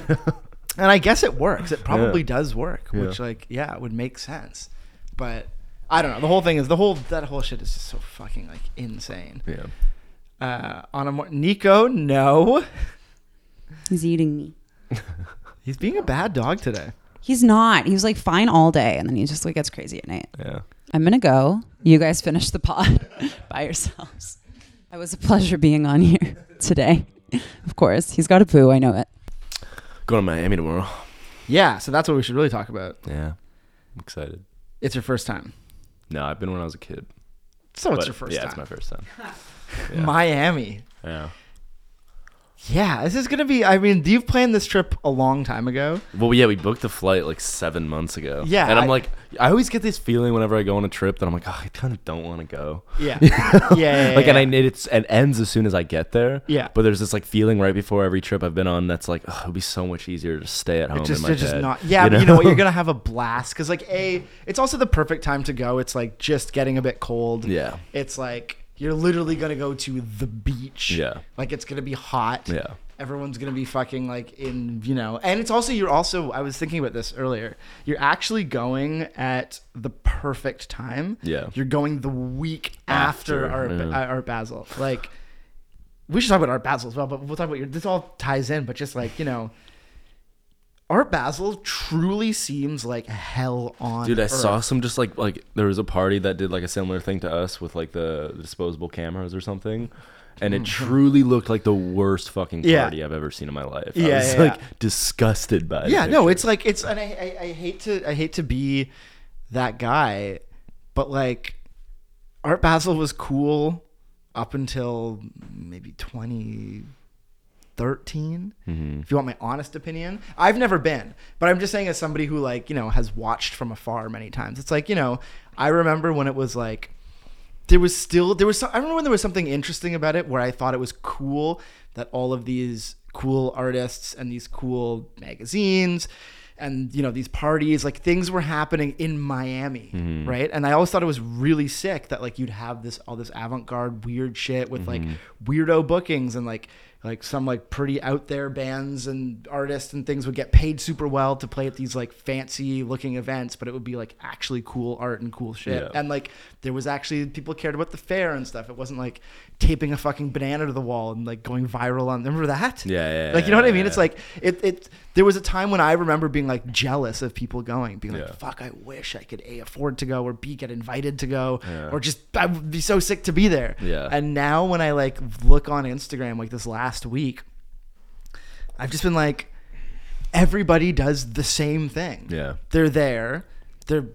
And I guess it works. It probably Yeah. does work, which Yeah. like yeah, it would make sense. But I don't know. The whole thing is the whole that whole shit is just so fucking like insane. yeah Uh, on a more Nico, no, He's eating me. he's being a bad dog today. He's not. He was like fine all day, and then he just like gets crazy at night. yeah I'm gonna go. You guys finish the pod by yourselves. It was a pleasure being on here today. Of course, he's got a poo. I know it. going to Miami tomorrow Yeah, so that's what we should really talk about. yeah I'm excited It's your first time, no I've been when I was a kid so Oh, it's but your first yeah time. it's my first time yeah. Miami. yeah Yeah, this is gonna be. I mean, you've planned this trip a long time ago. Well, yeah, we booked the flight like seven months ago. Yeah, and I'm I- like, I always get this feeling whenever I go on a trip that I'm like, oh, I kind of don't want to go. Yeah, yeah, yeah, like, and yeah. I it, it's it ends as soon as I get there. Yeah. but there's this like feeling right before every trip I've been on that's like, oh, it'd be so much easier to stay at home. just, in my they're just bed," not. Yeah, but you know what? You're gonna have a blast because like a, it's also the perfect time to go. It's like just getting a bit cold. Yeah. it's like you're literally gonna go to the beach. Yeah. like it's gonna be hot. Yeah. Everyone's gonna be fucking like in you know, and it's also you're also I was thinking about this earlier. You're actually going at the perfect time. Yeah. you're going the week after, After, Art, yeah. uh, Art Basel. Like, we should talk about Art Basel as well, but we'll talk about your. This all ties in, but just like you know, Art Basel truly seems like hell on. Dude, I earth. saw some just like like there was a party that did like a similar thing to us with like the disposable cameras or something. And it truly looked like the worst fucking Hmm. Yeah. party I've ever seen in my life. I Yeah, was yeah, like yeah. disgusted by it. Yeah, no, it's like it's, and I, I, I hate to, I hate to be that guy, but like, Art Basel was cool up until maybe twenty. 13 if you want my honest opinion i've never been but i'm just saying as somebody who like you know has watched from afar many times it's like you know i remember when it was like there was still there was some, i remember when there was something interesting about it where i thought it was cool that all of these cool artists and these cool magazines and you know these parties like things were happening in miami right and i always thought it was really sick that like you'd have this all this avant-garde weird shit with like weirdo bookings and like like some like pretty out there bands and artists and things would get paid super well to play at these like fancy looking events but it would be like actually cool art and cool shit Yeah. and like there was actually people cared about the fair and stuff it wasn't like taping a fucking banana to the wall and like going viral on remember that Yeah, yeah, like you know what i yeah, mean yeah. it's like it, it there was a time when i remember being like jealous of people going being like Yeah. fuck i wish i could a afford to go or b get invited to go or just i would be so sick to be there Yeah. and now when i like look on instagram like this last week i've just been like everybody does the same thing Yeah. they're there they're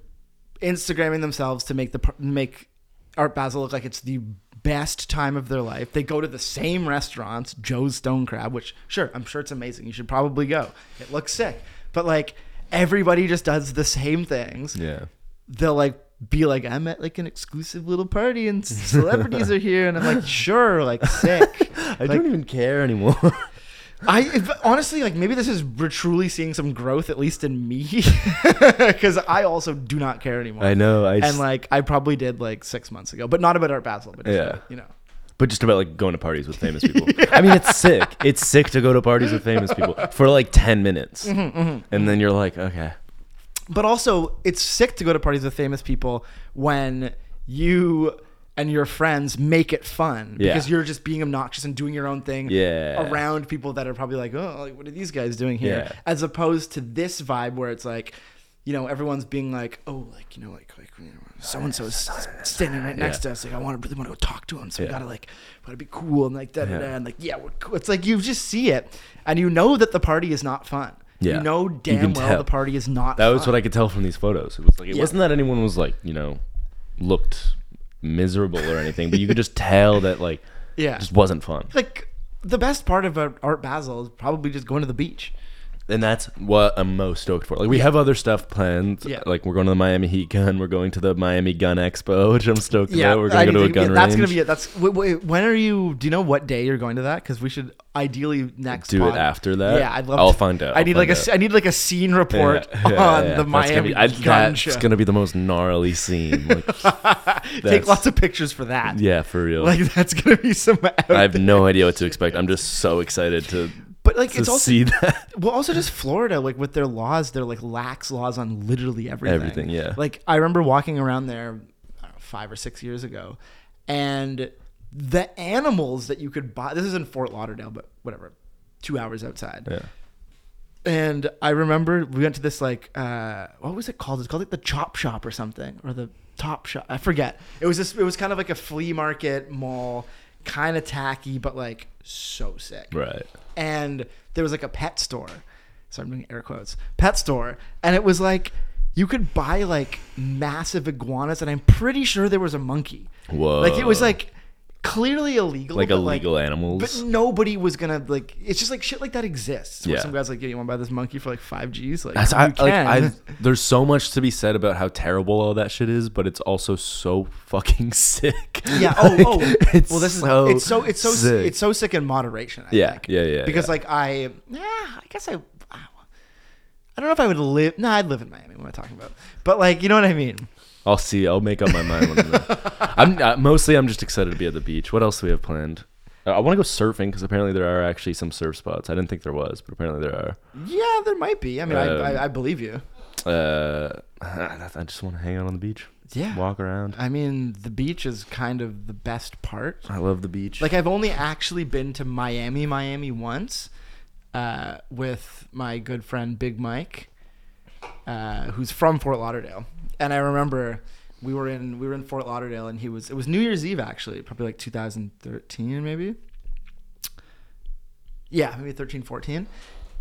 instagramming themselves to make the par- make art basel look like it's the best time of their life they go to the same restaurants joe's stone crab which sure i'm sure it's amazing you should probably go it looks sick but like everybody just does the same things Yeah. they'll like be like, I'm at like an exclusive little party and celebrities are here, and I'm like, sure, like sick. I don't even care anymore. I if, honestly like maybe this is we're truly seeing some growth at least in me because I also do not care anymore. I know. I just, and like I probably did like six months ago, but not about Art Basel, but just, Yeah. like, you know. but just about like going to parties with famous people. I mean, it's sick. It's sick to go to parties with famous people for like ten minutes, Mm-hmm, and then you're like, okay, But also, it's sick to go to parties with famous people when you and your friends make it fun Yeah. because you're just being obnoxious and doing your own thing Yeah. around people that are probably like, oh, like, what are these guys doing here? Yeah. As opposed to this vibe where it's like, you know, everyone's being like, oh, like you know, like like so and so is standing right next to us. Like, I want to really want to go talk to him, so we Yeah. gotta like, gotta be cool and like da da da, Yeah. and like yeah, we're cool. It's like you just see it, and you know that the party is not fun. Yeah. You know You damn can well tell. the party is not. that fun. was what I could tell from these photos. It was like it Yeah. wasn't that anyone was like you know looked miserable or anything, but you could just tell that like Yeah. it just wasn't fun. like the best part of Art Basel is probably just going to the beach. And that's what I'm most stoked for. Like we have other stuff planned. Yeah. Like we're going to the Miami Heat Gun. We're going to the Miami Gun Expo, which I'm stoked about. We're going I to go to a think- yeah, gun That's gonna range. be it. That's wait, wait, when are you? Do you know what day you're going to that? Because we should ideally next Do it pod- after that? Yeah, I'd love. I'll to- find out. I I'll need like a find s- I need like a scene report Yeah, yeah, on yeah. the That's gonna Miami be, I- gun That's show. gonna be the most gnarly scene. Like, Take that's- lots of pictures for that. yeah, for real. like that's gonna be some. I have no idea what to expect. I'm just so excited to but like to it's also see that. Well, also just Florida, like with their laws, they're like lax laws on literally everything. Everything, yeah. Like I remember walking around there I don't know, five or six years ago, and the animals that you could buy. This is in Fort Lauderdale, but whatever, two hours outside. Yeah. And I remember we went to this like uh, what was it called? It's called like the Chop Shop or something, or the Top Shop. I forget. It was this. It was kind of like a flea market mall, kind of tacky, but like so sick Right. and there was like a pet store. So I'm doing air quotes. Pet store. And it was like you could buy like massive iguanas and I'm pretty sure there was a monkey. Whoa. Like it was like clearly illegal. like but, illegal animals. But nobody was gonna like it's just like shit like that exists. Where Yeah. some guys like, yeah, you wanna buy this monkey for like five G's? Like That's, you I, can. like, I, there's so much to be said about how terrible all that shit is, but it's also so fucking sick. yeah. Oh, Like, oh. It's well, this so is it's so it's so sick. it's so sick in moderation. I Yeah, think. yeah, yeah, Because yeah. like I, yeah, I guess I, I don't know if I would live. No, I'd live in Miami. What am I talking about? But like, you know what I mean. I'll see. I'll make up my mind. When I'm, there. I'm uh, mostly I'm just excited to be at the beach. What else do we have planned? Uh, I want to go surfing because apparently there are actually some surf spots. I didn't think there was, but apparently there are. Yeah, there might be. I mean, Um, I, I, I believe you. Uh, I just want to hang out on the beach. Yeah. Walk around. I mean, the beach is kind of the best part. I love the beach. Like I've only actually been to Miami, Miami once, uh, with my good friend Big Mike, uh, who's from Fort Lauderdale. And I remember we were in we were in Fort Lauderdale, and he was it was New Year's Eve actually, probably like 2013 maybe. Yeah, maybe 13, 14.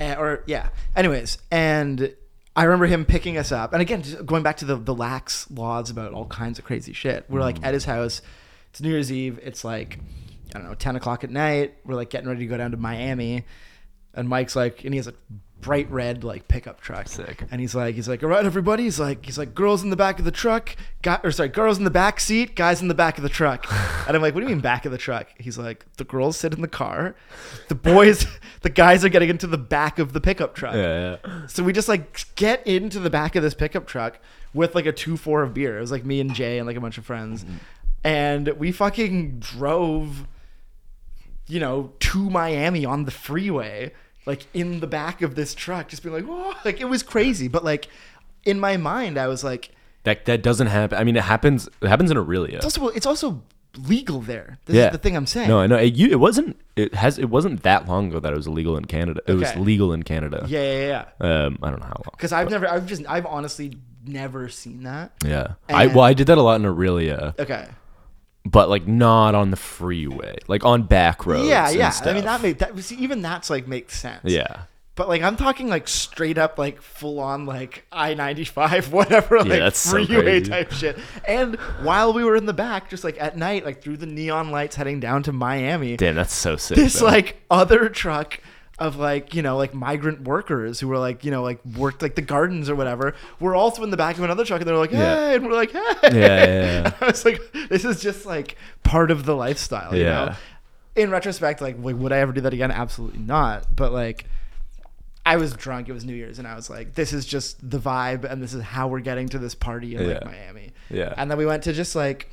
Uh, or yeah. Anyways, and I remember him picking us up. And again, just going back to the, the lax laws about all kinds of crazy shit. We're like at his house. It's New Year's Eve. It's like, I don't know, 10 o'clock at night. We're like getting ready to go down to Miami. And Mike's like, and he has a bright red like pickup truck. Sick. And he's like, he's like, all right, everybody. He's like, he's like, girls in the back of the truck, guy, or sorry, girls in the back seat, guys in the back of the truck. And I'm like, what do you mean back of the truck? He's like, the girls sit in the car, the boys, the guys are getting into the back of the pickup truck. Yeah, yeah. So we just like get into the back of this pickup truck with like a two four of beer. It was like me and Jay and like a bunch of friends, Mm-hmm. and we fucking drove, you know, to Miami on the freeway, like in the back of this truck, just being like, whoa, like it was crazy. But like in my mind, I was like, That that doesn't happen. I mean, it happens. It happens in Aurelia. it's also it's also legal there. This yeah, is the thing I'm saying. No, I know it, you, it wasn't. It has. It wasn't that long ago that it was illegal in Canada. It was Okay. legal in Canada. yeah, yeah, yeah. Um, I don't know how long. Because I've never, I've just, I've honestly never seen that. Yeah. I And- well, I did that a lot in Aurelia, Okay. but like not on the freeway, like on back roads. Yeah, and yeah. I stuff. mean, that made that see, even that's like makes sense. Yeah. But like I'm talking like straight up like full on like I ninety five whatever like that's so freeway crazy. type shit. And while we were in the back, just like at night, like through the neon lights heading down to Miami, Damn, that's so sick. this though. like other truck of like you know like migrant workers who were like you know like worked like the gardens or whatever were also in the back of another truck and they're like hey Yeah. and we're like hey yeah, yeah. And I was like this is just like part of the lifestyle you Yeah. know in retrospect like w- would I ever do that again absolutely not but like I was drunk it was New Year's and I was like this is just the vibe and this is how we're getting to this party in like Yeah. Miami Yeah. and then we went to just like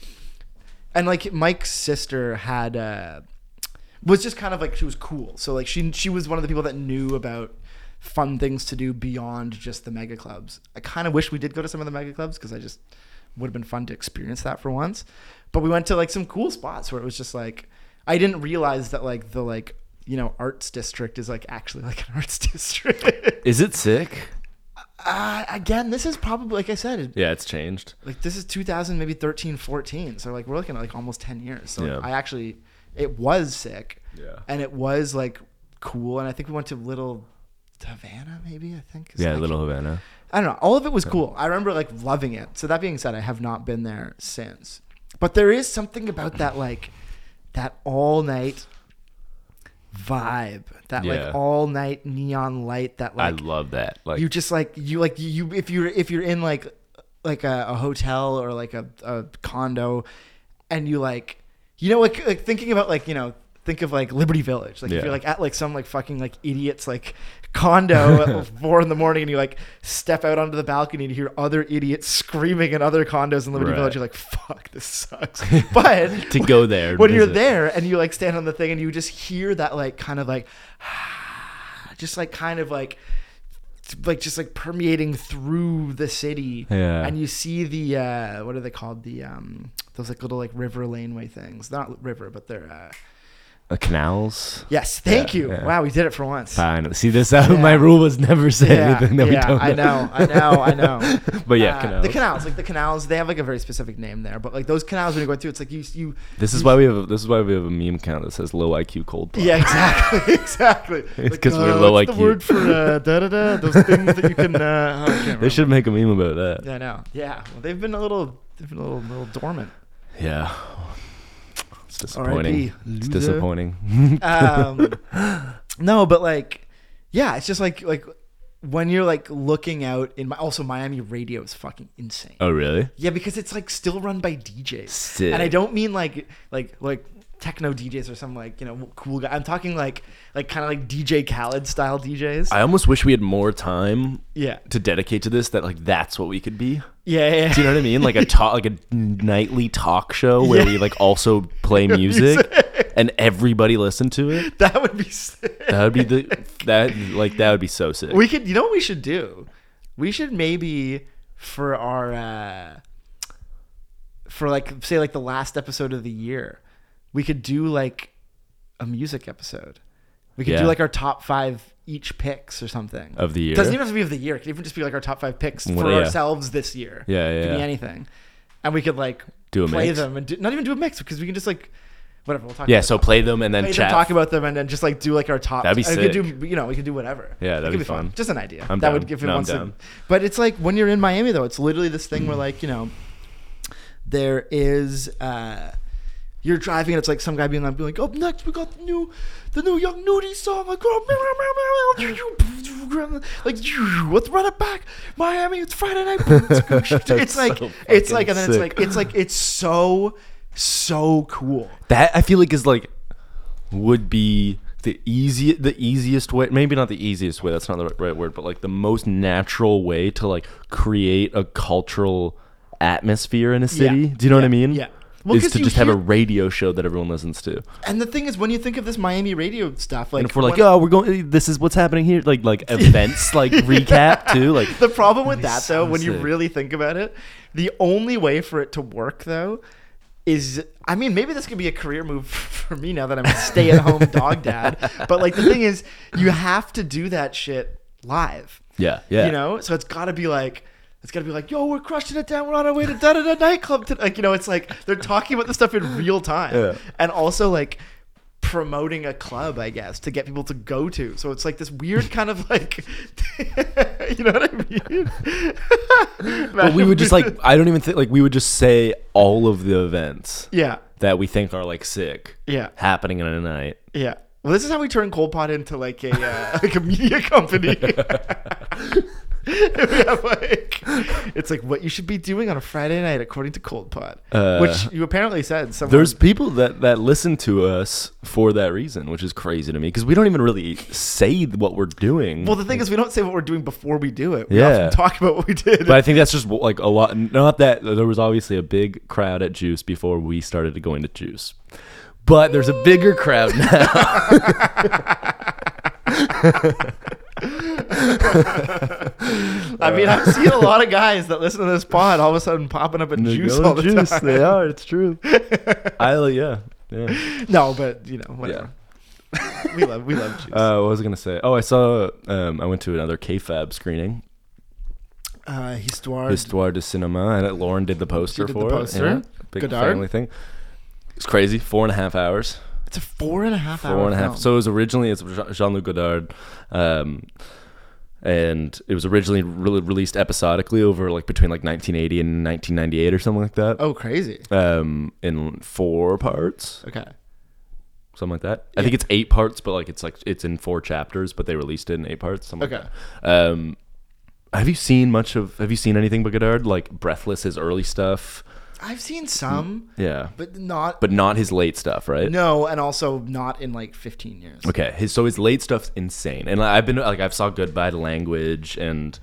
and like Mike's sister had uh was just kind of like she was cool. So like she she was one of the people that knew about fun things to do beyond just the mega clubs. I kind of wish we did go to some of the mega clubs because I just would have been fun to experience that for once. But we went to like some cool spots where it was just like I didn't realize that like the like you know arts district is like actually like an arts district. Is it sick? uh, again, this is probably like I said, it, Yeah, it's changed. like this is 2000 maybe 13 14 so like we're looking at like almost 10 years so like, Yeah. i actually it was sick Yeah. and it was like cool and i think we went to little havana maybe i think Is Yeah, that- Little Havana. i don't know all of it was cool i remember like loving it so that being said i have not been there since but there is something about that like that all night vibe that Yeah. like all night neon light that like I love that. Like you just like you like you if you're if you're in like like a, a hotel or like a, a condo and you like you know like, like thinking about like you know think of like liberty village like Yeah. if you're like at like some like fucking like idiots like condo at four in the morning and you like step out onto the balcony and you hear other idiots screaming in other condos in liberty Right. village you're like fuck this sucks but to go there and when you're visit. there and you like stand on the thing and you just hear that like kind of like just like kind of like like just like permeating through the city Yeah. and you see the uh what are they called the um those like little like river laneway things not river but they're uh Uh, canals. yes thank Yeah, you yeah. wow we did it for once Fine. See this? out My rule was never say yeah, anything that we yeah, don't. I know, I know, I know. But yeah, Uh, canals. the canals, like the canals, they have like a very specific name there. But like those canals, when you go through, it's like you, you This is why we have. A, this is why we have a meme account that says low IQ cold. Pot. Yeah, exactly, exactly. It's Like, 'cause we're uh, low what's IQ. The word for uh, da da da. Those things that you can. Uh, oh, I can't They remember. should make a meme about that. Yeah, I know. Yeah, well, they've been a little, they've been a little, little dormant. Yeah. It's disappointing. R.I.P., It's loser. disappointing. Um, no, but like, yeah, it's just like like when you're like looking out in my also Miami radio is fucking insane. oh really? Yeah, because it's like still run by DJs, Sick. and I don't mean like like like techno DJs or some like you know cool guy. I'm talking like like kind of like DJ Khaled style DJs. I almost wish we had more time yeah, to dedicate to this. That like that's what we could be. yeah, yeah. yeah. Do you know what I mean? Like a talk, like a nightly talk show where we like also play music, and everybody listen to it. That would be sick. That would be the that like that would be so sick. We could, you know, what we should do. We should maybe for our uh, for like say like the last episode of the year, we could do like a music episode. We could Yeah. do like our top five each picks or something Of the year? Doesn't even have to be of the year. It could even just be like our top five picks What- for yeah. ourselves this year. Yeah, yeah, It could be yeah. anything, and we could like Do a play mix? them and do, not even do a mix because we can just like whatever. We'll talk. yeah, about so it play them and then play them, chat. talk about them, and then just like do like our top. That'd be and We sick. could do, you know, we could do whatever. Yeah, that'd It be could fun. Just an idea. I'm that down. would give it No, I'm once. a- down. Mm. but it's like when you're in Miami though, it's literally this thing where like you know, there is. uh you're driving and it's like some guy being like, being like, up next we got the new, the new Young Nudie song. Like, oh, meow, meow, meow, meow. like let's run it back, Miami. It's Friday night. it's like so it's like and then it's fucking like it's like it's so so cool. That I feel like is like would be the easy the easiest way maybe not the easiest way that's not the right- right word but like the most natural way to like create a cultural atmosphere in a city Yeah. do you know what i Yeah. mean Yeah. Well, is 'cause to you just have a hear- radio show that everyone listens to And the thing is, when you think of this Miami radio stuff, like and if we're like when- oh we're going this is what's happening here like like events like recap too like the problem with that though, when you sick. really think about it, the only way for it to work though is I mean, maybe this could be a career move for me now that I'm a stay at home dog dad. But like the thing is, you have to do that shit live. yeah yeah You know? So it's gotta be like it's gotta be like, yo, we're crushing it down. We're on our way to da da da nightclub. To-. Like, you know, it's like they're talking about this stuff in real time. Yeah. And also like promoting a club, I guess, to get people to go to. So it's like this weird kind of like you know what I mean? but we would just like i don't even think like we would just say all of the events Yeah. that we think are like sick Yeah. happening in a night Yeah. Well, this is how we turn Cold Pot into like a uh, like a media company. we have like, it's like what you should be doing on a Friday night according to Cold Pot, Uh, which you apparently said. Someone, There's people that that listen to us for that reason, which is crazy to me because we don't even really say what we're doing. well, the thing is, we don't say what we're doing before we do it. We Yeah. often talk about what we did. but I think that's just like a lot. Not that there was obviously a big crowd at Juice before we started going to Juice, but there's a bigger crowd now. I mean, I've seen a lot of guys that listen to this pod all of a sudden popping up at They're juice going to all the Juice, time. They are. It's true. I yeah yeah. No, but you know, whatever. we love we love juice. Uh, Uh, what was I gonna say? Oh, I saw. Um, I went to another KFAB screening, Uh, Histoire. Histoire de Cinema, and Lauren did the poster did the for poster. it. Yeah, big Godard. family thing. It's crazy. Four and a half hours. it's a four and a half hour. Four and a half. film. So it was originally it's Jean Luc Godard, um, and it was originally really released episodically over like between like 1980 and 1998 or something like that. oh, crazy. Um, in four parts, Okay. something like that. I think it's eight parts, but like it's like it's in four chapters, but they released it in eight parts. Something Okay. Like that. Um, have you seen much of? Have you seen anything but Godard? Like Breathless, his early stuff. I've seen some, Yeah, but not but not his late stuff, right? No, and also not in like 15 years. Okay, his, so his late stuff's insane, and I've been like I've saw Goodbye to Language and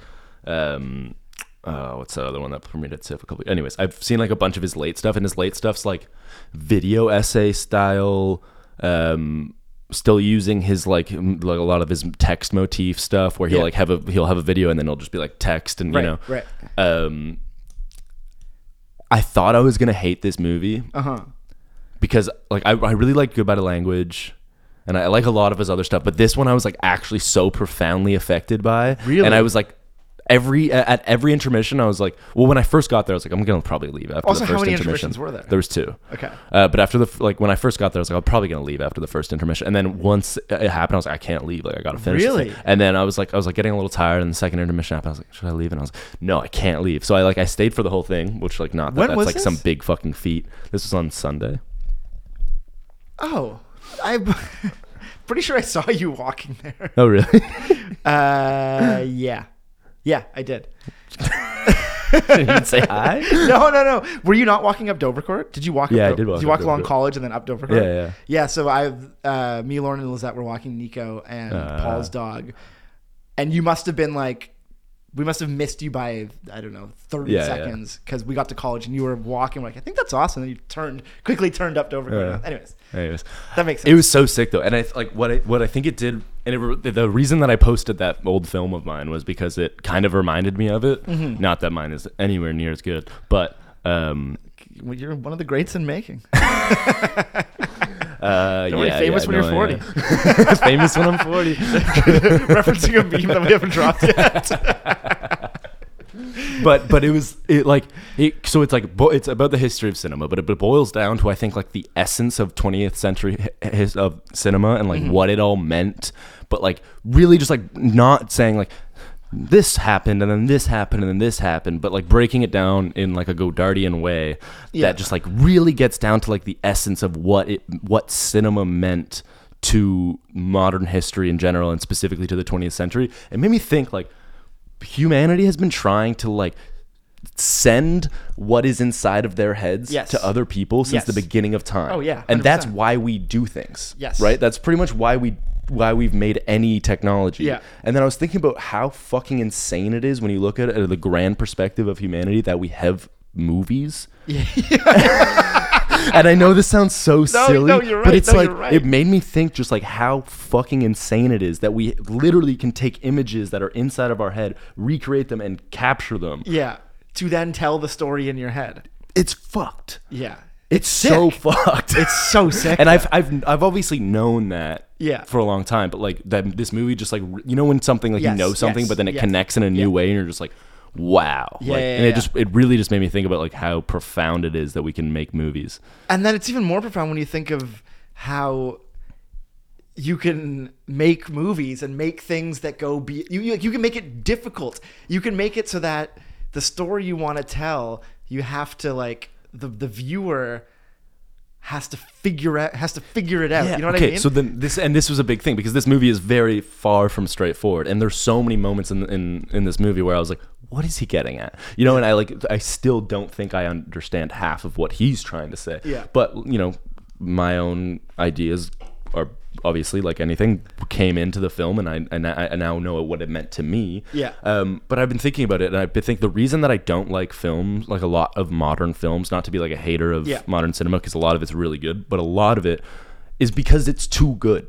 um, uh, what's that other one that premiered at SIF a couple? Anyways, I've seen like a bunch of his late stuff, and his late stuff's like video essay style, um, still using his like m- like a lot of his text motif stuff, where he'll Yeah. like have a he'll have a video and then he'll just be like text and Right, you know right. um, I thought I was gonna hate this movie Uh huh. because like I, I really like Goodbye to Language, and I like a lot of his other stuff, but this one I was like actually so profoundly affected by. Really? and I was like. Every at every intermission, I was like, well, when I first got there, I was like, I'm gonna probably leave after Also, the how first many intermission. intermissions were there? There was two. Okay. Uh, but after the f- like when I first got there, I was like, I'm probably gonna leave after the first intermission. And then once it happened, I was like, I can't leave. Like I gotta finish. this Really? thing. And then I was like, I was like getting a little tired. And the second intermission happened. I was like, should I leave? And I was like, no, I can't leave. So I like I stayed for the whole thing, which like not that When that's was like some this? big fucking feat. This was on Sunday. Oh, I'm pretty sure I saw you walking there. Oh really? Uh, yeah, yeah, I did. you would say hi. No, no, no. Were you not walking up Dovercourt? Did you walk? Yeah, I up did walk you up walk along Dovercourt. College and then up Dovercourt? Yeah, yeah. Yeah. So I, uh, me, Lauren, and Lizette were walking Nico and Uh. Paul's dog, and you must have been like. We must have missed you by I don't know thirty Yeah, yeah. seconds because we got to college and you were walking like I think that's awesome. And you turned quickly turned up to Dovercourt. Yeah. Anyways, Anyways, that makes sense. it was so sick though, and I like what I, what I think it did, and it, re- the reason that I posted that old film of mine was because it kind of reminded me of it. Not that mine is anywhere near as good, but um, Well, you're one of the greats in making. uh, You're only yeah, famous yeah, when you're no, 40. yeah. famous when I'm forty. Referencing a meme that we haven't dropped yet. but but it was it like it, so it's like bo- it's about the history of cinema, but it, it boils down to I think like the essence of 20th century hi- his, Mm-hmm. of cinema and like what it all meant, but like really just like not saying like this happened and then this happened and then this happened, but like breaking it down in like a Godardian way Yeah. that just like really gets down to like the essence of what it what cinema meant to modern history in general and specifically to the 20th century. It made me think like humanity has been trying to like send what is inside of their heads Yes. to other people since Yes. the beginning of time. Oh, yeah, And that's 100%. why we do things. Yes. Right? That's pretty much why we why we've made any technology. Yeah. And then I was thinking about how fucking insane it is when you look at it at the grand perspective of humanity that we have movies. and I know this sounds so silly, no, you're but right, it's no, like you're right. it made me think just like how fucking insane it is that we literally can take images that are inside of our head, recreate them, and capture them. Yeah. To then tell the story in your head. It's fucked. Yeah. It's so fucked. It's so sick. and I've I've I've obviously known that Yeah. for a long time, but like that this movie just like you know when something like you Yes, know something, yes, but then it yes. connects in a new way, and you're just like, wow, Yeah, like, yeah, and it yeah. just it really just made me think about like how profound it is that we can make movies. and then it's even more profound when you think of how you can make movies and make things that go be you, you, you can make it difficult you can make it so that the story you want to tell you have to like the the viewer has to figure out has to figure it out you know what okay, i mean so then this and this was a big thing because this movie is very far from straightforward, and there's so many moments in in in this movie where I was like, "What is he getting at?" You know, and I like I still don't think I understand half of what he's trying to say. Yeah. But you know, my own ideas are obviously like anything came into the film, and I and I, I now know what it meant to me. Yeah. Um, but I've been thinking about it, and I think the reason that I don't like films, like a lot of modern films, not to be like a hater of Yeah. modern cinema, because a lot of it's really good, but a lot of it is because it's too good.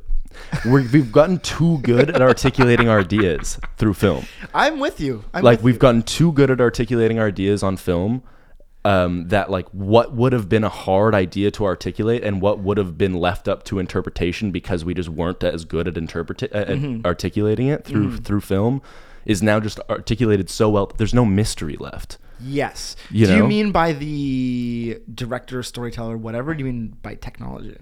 We're, we've gotten too good at articulating our ideas through film. i'm with you I'm Like with we've you. gotten too good at articulating our ideas on film. Um, that like what would have been a hard idea to articulate and what would have been left up to interpretation because we just weren't as good at interpret at articulating it through through film is now just articulated so well that there's no mystery left. yes you do know? you mean by the director storyteller whatever do you mean by technology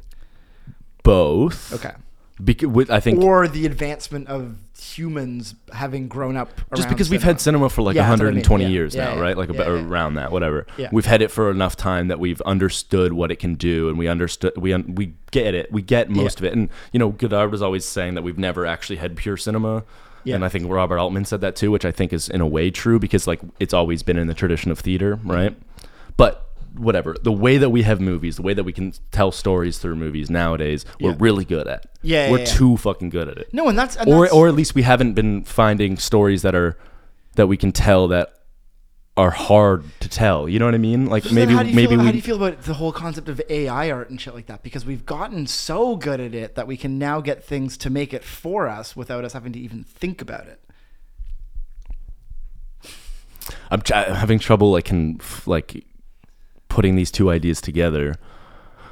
Both. okay Bec- with, I think or the advancement of humans having grown up around just because we've cinema. had cinema for like Yeah, that's what I mean. 120 Yeah. years Yeah, now, yeah, right? Like yeah, about, yeah. around that, whatever. Yeah. We've had it for enough time that we've understood what it can do, and we understood we un- we get it, we get most of it. And you know, Godard was always saying that we've never actually had pure cinema. Yeah. And I think Robert Altman said that too, which I think is in a way true because like it's always been in the tradition of theater, Mm-hmm. right? But whatever, the way that we have movies, the way that we can tell stories through movies nowadays, we're really good at. Yeah, we're yeah, yeah. too fucking good at it No, and that's and or that's, or at least we haven't been finding stories that are that we can tell that are hard to tell. You know what I mean? Like So then maybe how do you maybe feel, we how do you feel about the whole concept of AI art and shit like that? Because we've gotten so good at it that we can now get things to make it for us without us having to even think about it. I'm, tr- I'm having trouble like can like putting these two ideas together.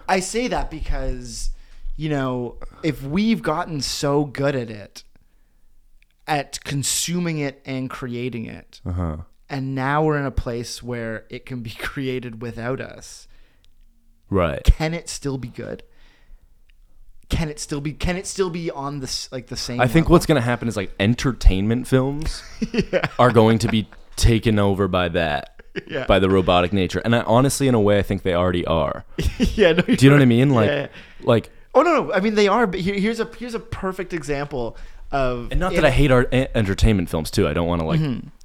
I say that because you know if we've gotten so good at it, at consuming it and creating it, Uh-huh. and now we're in a place where it can be created without us. Right. Can it still be good? Can it still be? Can it still be on this like the same? I think level? what's going to happen is like entertainment films are going to be taken over by that. Yeah. By the robotic nature. And I honestly in a way I think they already are. yeah. No, Do you know what I mean? Like Yeah. like Oh no, no. I mean they are. But here, here's a here's a perfect example of and not that I hate our en- entertainment films too. I don't want to like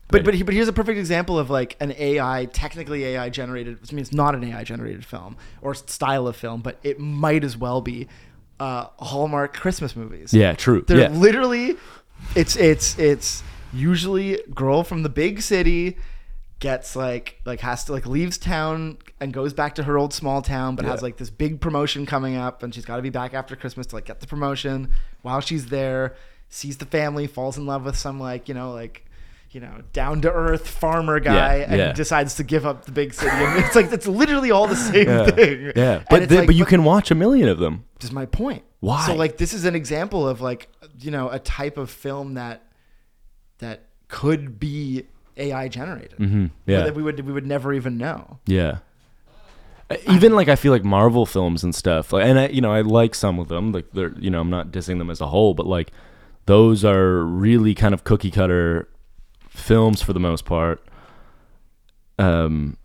But but he- but here's a perfect example of like an AI, technically AI generated. which means it's not an AI generated film or style of film, but it might as well be uh, Hallmark Christmas movies. Yeah, true. They're yeah. literally, it's it's it's usually girl from the big city gets like like has to like leaves town and goes back to her old small town, but has Yeah. like this big promotion coming up, and she's got to be back after Christmas to like get the promotion. While she's there, sees the family, falls in love with some like you know like. You know, down to earth farmer guy, and yeah. decides to give up the big city. And it's like it's literally all the same yeah. thing. Yeah. And But it's the, like, but you can watch a million of them. is my point. Why? So like this is an example of like you know a type of film that that could be AI generated. But Mm-hmm. Yeah. That we would we would never even know. yeah. Uh, Even like I feel like Marvel films and stuff, like, and I you know I like some of them. Like they're you know I'm not dissing them as a whole, but like those are really kind of cookie cutter films for the most part. Um,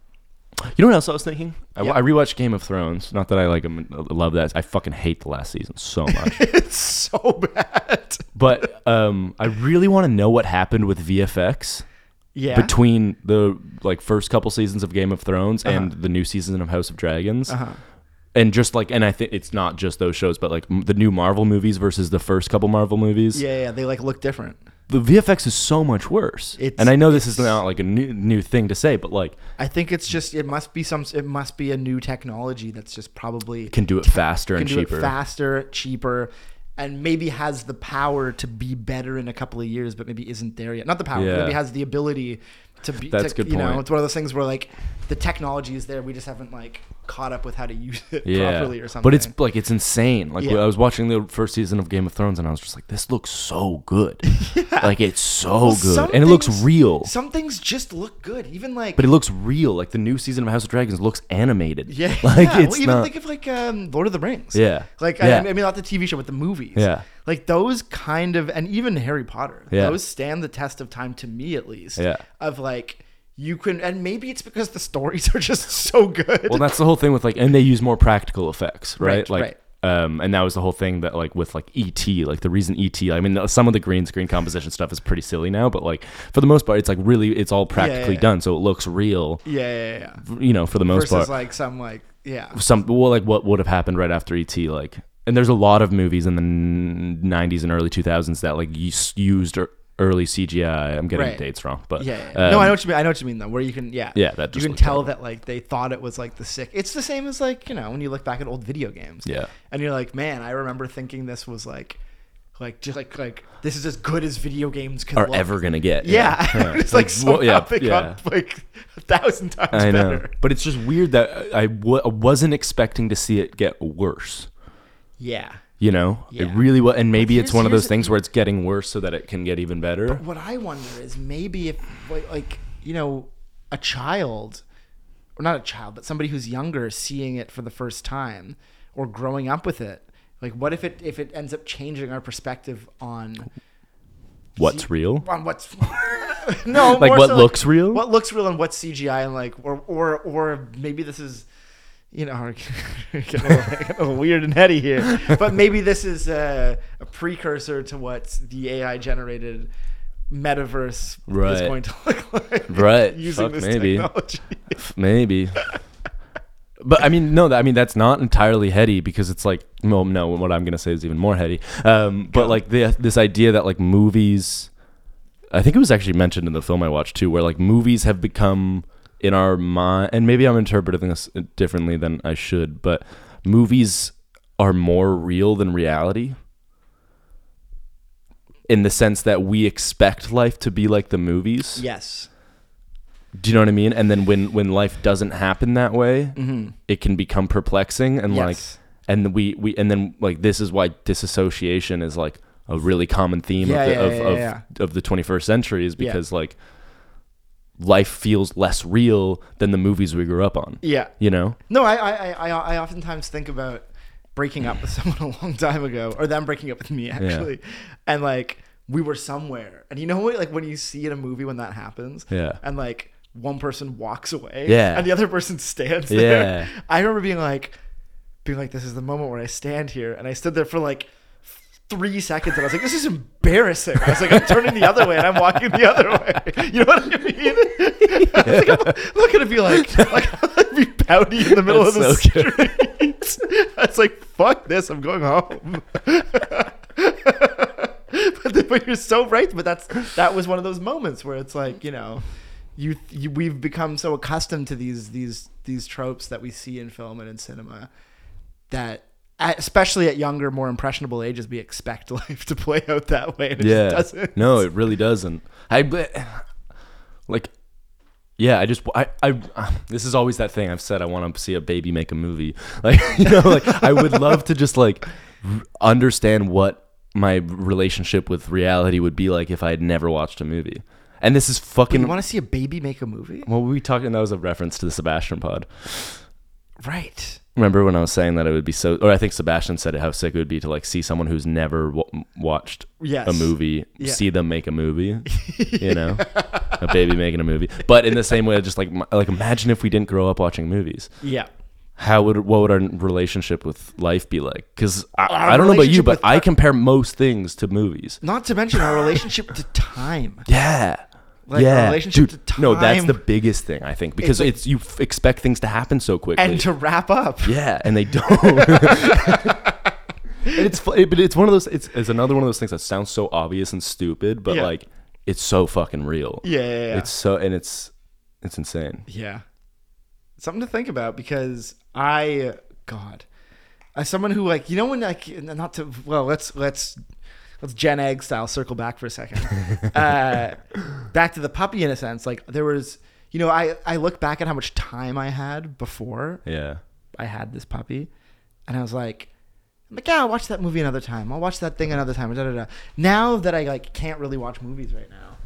you know what else I was thinking? I, I rewatched Game of Thrones. Not that I like 'em- love that. I fucking hate the last season so much. It's so bad. but um, I really want to know what happened with VFX Yeah. between the like first couple seasons of Game of Thrones Uh-huh. and the new season of House of Dragons. And just like, and I think it's not just those shows, but like m- the new Marvel movies versus the first couple Marvel movies. yeah, yeah, they like look different. The VFX is so much worse. It's- and I know this is not like a new new thing to say, but like, I think it's just it must be some it must be a new technology that's just probably can do it faster can and do cheaper. it faster, cheaper, and maybe has the power to be better in a couple of years, but maybe isn't there yet. Not the power, but Yeah. maybe has the ability to be. That's to, good You know, point. it's one of those things where like the technology is there, we just haven't like caught up with how to use it yeah. properly or something. But it's like it's insane. Like Yeah. I was watching the first season of Game of Thrones, and I was just like, "This looks so good. Like it's so Well, good, some and it looks things- real. Some things just look good, even like. but it looks real. Like the new season of House of Dragons looks animated. yeah, like yeah. it's well, even not. think of like um, Lord of the Rings. yeah, Like yeah. I, mean, I mean, not the TV show, but the movies. Yeah. Like those kind of, and even Harry Potter. Yeah. Those stand the test of time to me, at least. Yeah. Of like you can, and maybe it's because the stories are just so good. well, that's the whole thing with like, and they use more practical effects, right? Right, like. right. Um, and that was the whole thing that like with like ET, like the reason ET. I mean, some of the green screen composition stuff is pretty silly now, but like for the most part, it's like really it's all practically yeah. done, so it looks real. yeah, yeah, yeah. yeah. You know, for the most Versus part, like some like yeah. some well, like what would have happened right after ET, like. And there's a lot of movies in the n- '90s and early 2000s that like us- used er- early CGI. I'm getting Right. dates wrong, but Yeah, yeah, yeah. no, um, I know what you mean. I know what you mean though. Where you can, yeah, Yeah, that you just can looked tell that like they thought it was like the sick. It's the same as like you know when you look back at old video games. Yeah. and you're like, man, I remember thinking this was like, like just like like this is as good as video games can are look. ever gonna get. Yeah, it's like, somehow wha- yeah, it yeah. got like a thousand times I know, better. but it's just weird that I I w- I wasn't expecting to see it get worse. Yeah. You know, Yeah. it really was, and maybe it's here's- one of here's those the- things where it's getting worse so that it can get even better. What I wonder is maybe if like- like you know a child, or not a child, but somebody who's younger seeing it for the first time or growing up with it. Like, what if it if it ends up changing our perspective on What's real? on what's no Like more what so, looks real? what looks real and what's cgi and like or or or maybe this is you know getting a little- getting a little weird and heady here but maybe this is a, a precursor to what the ai generated metaverse is Right. going to look like Right. using Fuck, this maybe. technology Maybe. But I mean, no. that- I mean, that's not entirely heady because it's like, well, no. What I'm gonna say is even more heady. Um, but like the, this idea that like movies, I think it was actually mentioned in the film I watched too, where like movies have become in our mind, and maybe I'm interpreting this differently than I should, but movies are more real than reality in the sense that we expect life to be like the movies. yes Do you know what I mean? And then when when life doesn't happen that way, it can become perplexing and Mm-hmm. Yes. like, and we we and then like this is why disassociation is like a really common theme Yeah, of the, yeah, of, yeah, of, yeah. of the 21st century is Yeah. because like life feels less real than the movies we grew up on. yeah You know? No, I, I, I, I I oftentimes think about breaking up with someone a long time ago, or them breaking up with me actually, and like we were somewhere, and you know what? Like when you see in a movie when that happens, Yeah. and like one person walks away, Yeah. and the other person stands there. Yeah. I remember being like, being like, this is the moment where I stand here, and I stood there for like. Three seconds, and I was like, "This is embarrassing." I was like, "I'm turning the other way, and I'm walking the other way." You know what I mean? I was like, I'm not gonna be like, like I'd be pouty in the middle That's of the so good. street. I was like, "Fuck this! I'm going home." but, then- but you're so right. But that's that was one of those moments where it's like you know, you, you we've become so accustomed to these these these tropes that we see in film and in cinema that. at- Especially at younger, more impressionable ages, we expect life to play out that way, and it yeah. just doesn't. No, it really doesn't. I but like yeah, I just I, I this is always that thing I've said I want to see a baby make a movie. Like you know, like I would love to just like r- understand what my relationship with reality would be like if I had never watched a movie. And this is You fucking want to see a baby make a movie, well, we talking that was a reference to the Sebastian pod. right? Remember when I was saying that it would be so, or I think Sebastian said it, how sick it would be to like see someone who's never w- watched Yes. a movie, Yeah. see them make a movie, you know, a baby making a movie. But in the same way, just like m- like imagine if we didn't grow up watching movies, Yeah. how would what would our relationship with life be like? Because Our I, I don't know about you, relationship but with I compare most things to movies. Not to mention our relationship to time. Yeah. Like, yeah, our relationship dude. to No, that's time- the biggest thing I think because like- it's, you f- expect things to happen so quickly. And to wrap up, Yeah, and they don't. And it's fu- it, but it's one of those. It's, it's another one of those things that sounds so obvious and stupid, but Yeah. like it's so fucking real. Yeah, yeah, yeah. It's so and it's it's insane. Yeah. Something to think about because I God. As someone who like you know when like not to well let's let's let's Gen Egg style circle back for a second. uh back to the puppy in a sense. Like there was you know, I, I look back at how much time I had before Yeah, I had this puppy, and I was like, I'm like, yeah, I'll watch that movie another time. I'll watch that thing another time. Da, da, da. Now that I like can't really watch movies right now,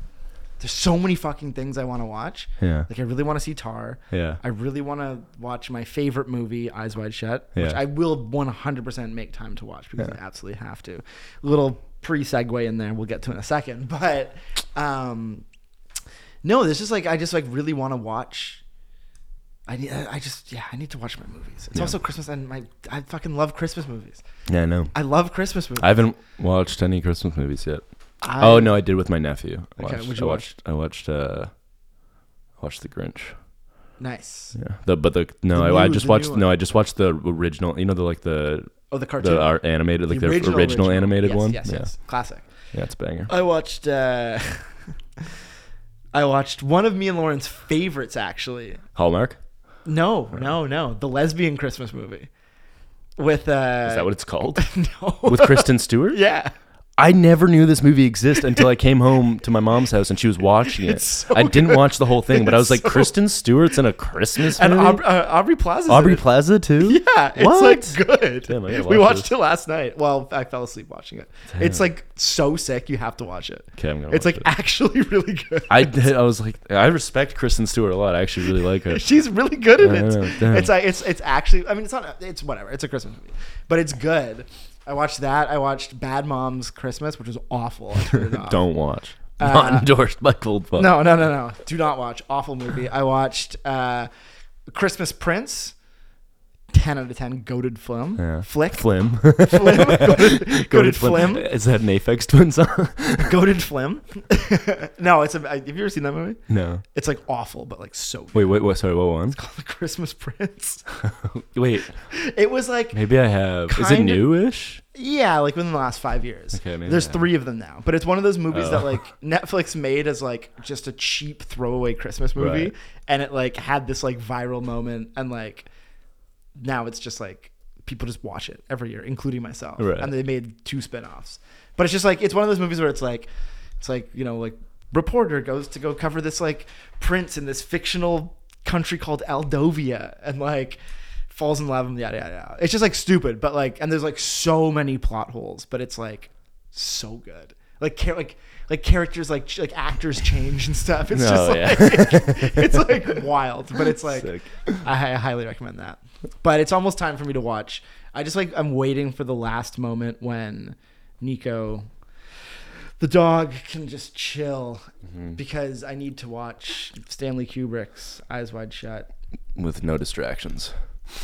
there's so many fucking things I want to watch. Yeah. Like I really want to see Tar. Yeah. I really want to watch my favorite movie, Eyes Wide Shut, which Yeah. I will 100% make time to watch because I absolutely have to. Little pre segue in there, we'll get to in a second, but um, no, this is like I just like really want to watch I need, I just yeah, I need to watch my movies. It's also Christmas, and my I fucking love Christmas movies. yeah, I know. I love Christmas movies. I haven't watched any Christmas movies yet. I- oh no, I did with my nephew. I Okay, watched, what'd I you watch? watched. I watched. Uh, I watched The Grinch. nice. Yeah, the, but the no, The I, I new- just the new watched. one. No, I just watched the original. You know the like the Oh, the cartoon, the our animated like the, original, animated Yes, one. Yes, yeah, yes, classic. yeah, it's a banger. I watched. uh I watched one of me and Lauren's favorites actually. Hallmark. No, no, no, the lesbian Christmas movie with. uh Is that what it's called? No. With Kristen Stewart? yeah. I never knew this movie existed until I came home to my mom's house and she was watching it. It's so I didn't watch the whole thing, but I was It's like, so- Kristen Stewart's in a Christmas And movie? Aubrey, uh, Aubrey Plaza. Aubrey Plaza, too? Yeah, it's What? like good. Damn, I gotta we watch watched this. it last night. Well, I fell asleep watching it. It's like so sick. You have to watch it. Okay, I'm gonna It's watch like it. actually really good. I, did, I was like, I respect Kristen Stewart a lot. I actually really like her. She's really good in I it. know, Oh, damn. It's like it's it's actually. I mean, it's not. It's whatever. It's a Christmas movie, but it's good. I watched that. I watched Bad Moms Christmas, which was awful. I turned it off. Don't watch. Not endorsed by Cold Fuck. Uh, No, no, no, no. Do not watch. Awful movie. I watched uh, Christmas Prince. Ten out of ten. Goaded film. Yeah. Flick. Flim. Flim. Goated, Goated flim. Is that an Aphex Twin song? Goaded Flim. no, it's a. Have you ever seen that movie? no. It's like awful, but like so. Wait, wait, what? Sorry, what one? The Christmas Prince. Wait, It was like maybe I have. Is it Kinda- newish? yeah, like within the last five years. Okay, maybe There's I- three of them now, but it's one of those movies Oh. that like Netflix made as like just a cheap throwaway Christmas movie, Right. and it like had this like viral moment, and like now it's just like people just watch it every year, including myself. Right. And they made two spin-offs. But it's just like it's one of those movies where it's like it's like, you know, like reporter goes to go cover this like prince in this fictional country called Aldovia and like falls in love and yada yada yada. It's just like stupid, but like and there's like so many plot holes, but it's like so good. Like char- like like characters like ch- like actors change and stuff. It's No, just Oh, yeah. like it's like wild, but it's like Sick. I, I highly recommend that. But it's almost time for me to watch. I just like I'm waiting for the last moment when Nico, the dog, can just chill Mm-hmm. because I need to watch Stanley Kubrick's Eyes Wide Shut. With no distractions.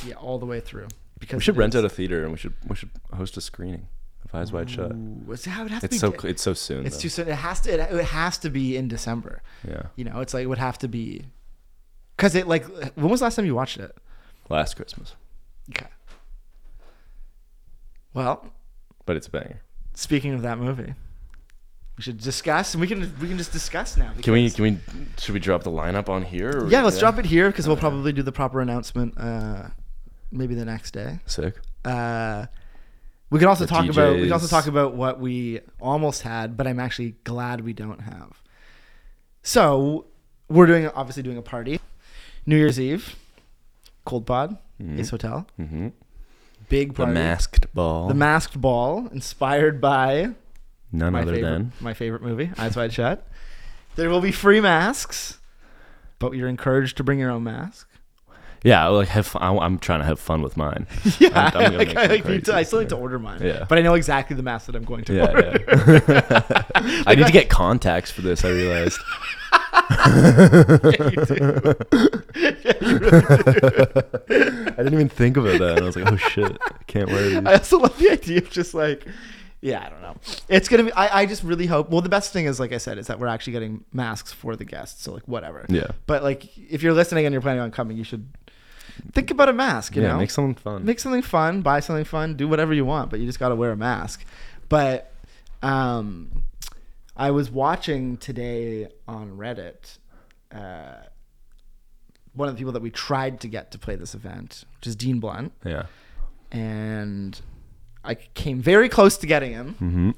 Yeah, all the way through. Because We should it rent is- out a theater and we should we should host a screening of Eyes Wide Shut. Ooh, it's- it would have to It's be- so cl- it's so soon. It's though. too soon. It has to. It, it has to be in December. yeah. You know, it's like it would have to be. Cause it like when was the last time you watched it? Last Christmas, Okay. Well, but it's a banger. Speaking of that movie, we should discuss, and we can we can just discuss now. Can we because- can we should we drop the lineup on here? Or yeah, let's drop it here because we'll probably do the proper announcement, uh, maybe the next day. Sick. Uh, we can also The talk about we can also DJs. talk about what we almost had, but I'm actually glad we don't have. So we're doing obviously doing a party, New Year's Eve, Cold Pod, Ace Hotel, hmm big The party, masked ball. the masked ball, inspired by None my other favorite, than my favorite movie, Eyes Wide Shut. There will be free masks, but you're encouraged to bring your own mask. Yeah, like have fun. I, am trying to have fun with mine. Yeah, I'm- I'm gonna like, make I, some like, need crazy to- I still need to order mine. Yeah. But I know exactly the mask that I'm going to order. Yeah, yeah. I need to get contacts for this. I realized. You do. I didn't even think about that. I was like, oh shit, I can't wear these. I also love the idea of just like, yeah, I don't know. It's gonna be. I, I just really hope. Well, the best thing is, like I said, is that we're actually getting masks for the guests. So like, whatever. Yeah. But like, if you're listening and you're planning on coming, you should think about a mask. You yeah, know, make something fun. make something fun, buy something fun, do whatever you want, but you just got to wear a mask. But um, I was watching today on Reddit uh, one of the people that we tried to get to play this event, which is Dean Blunt, yeah. and I came very close to getting him.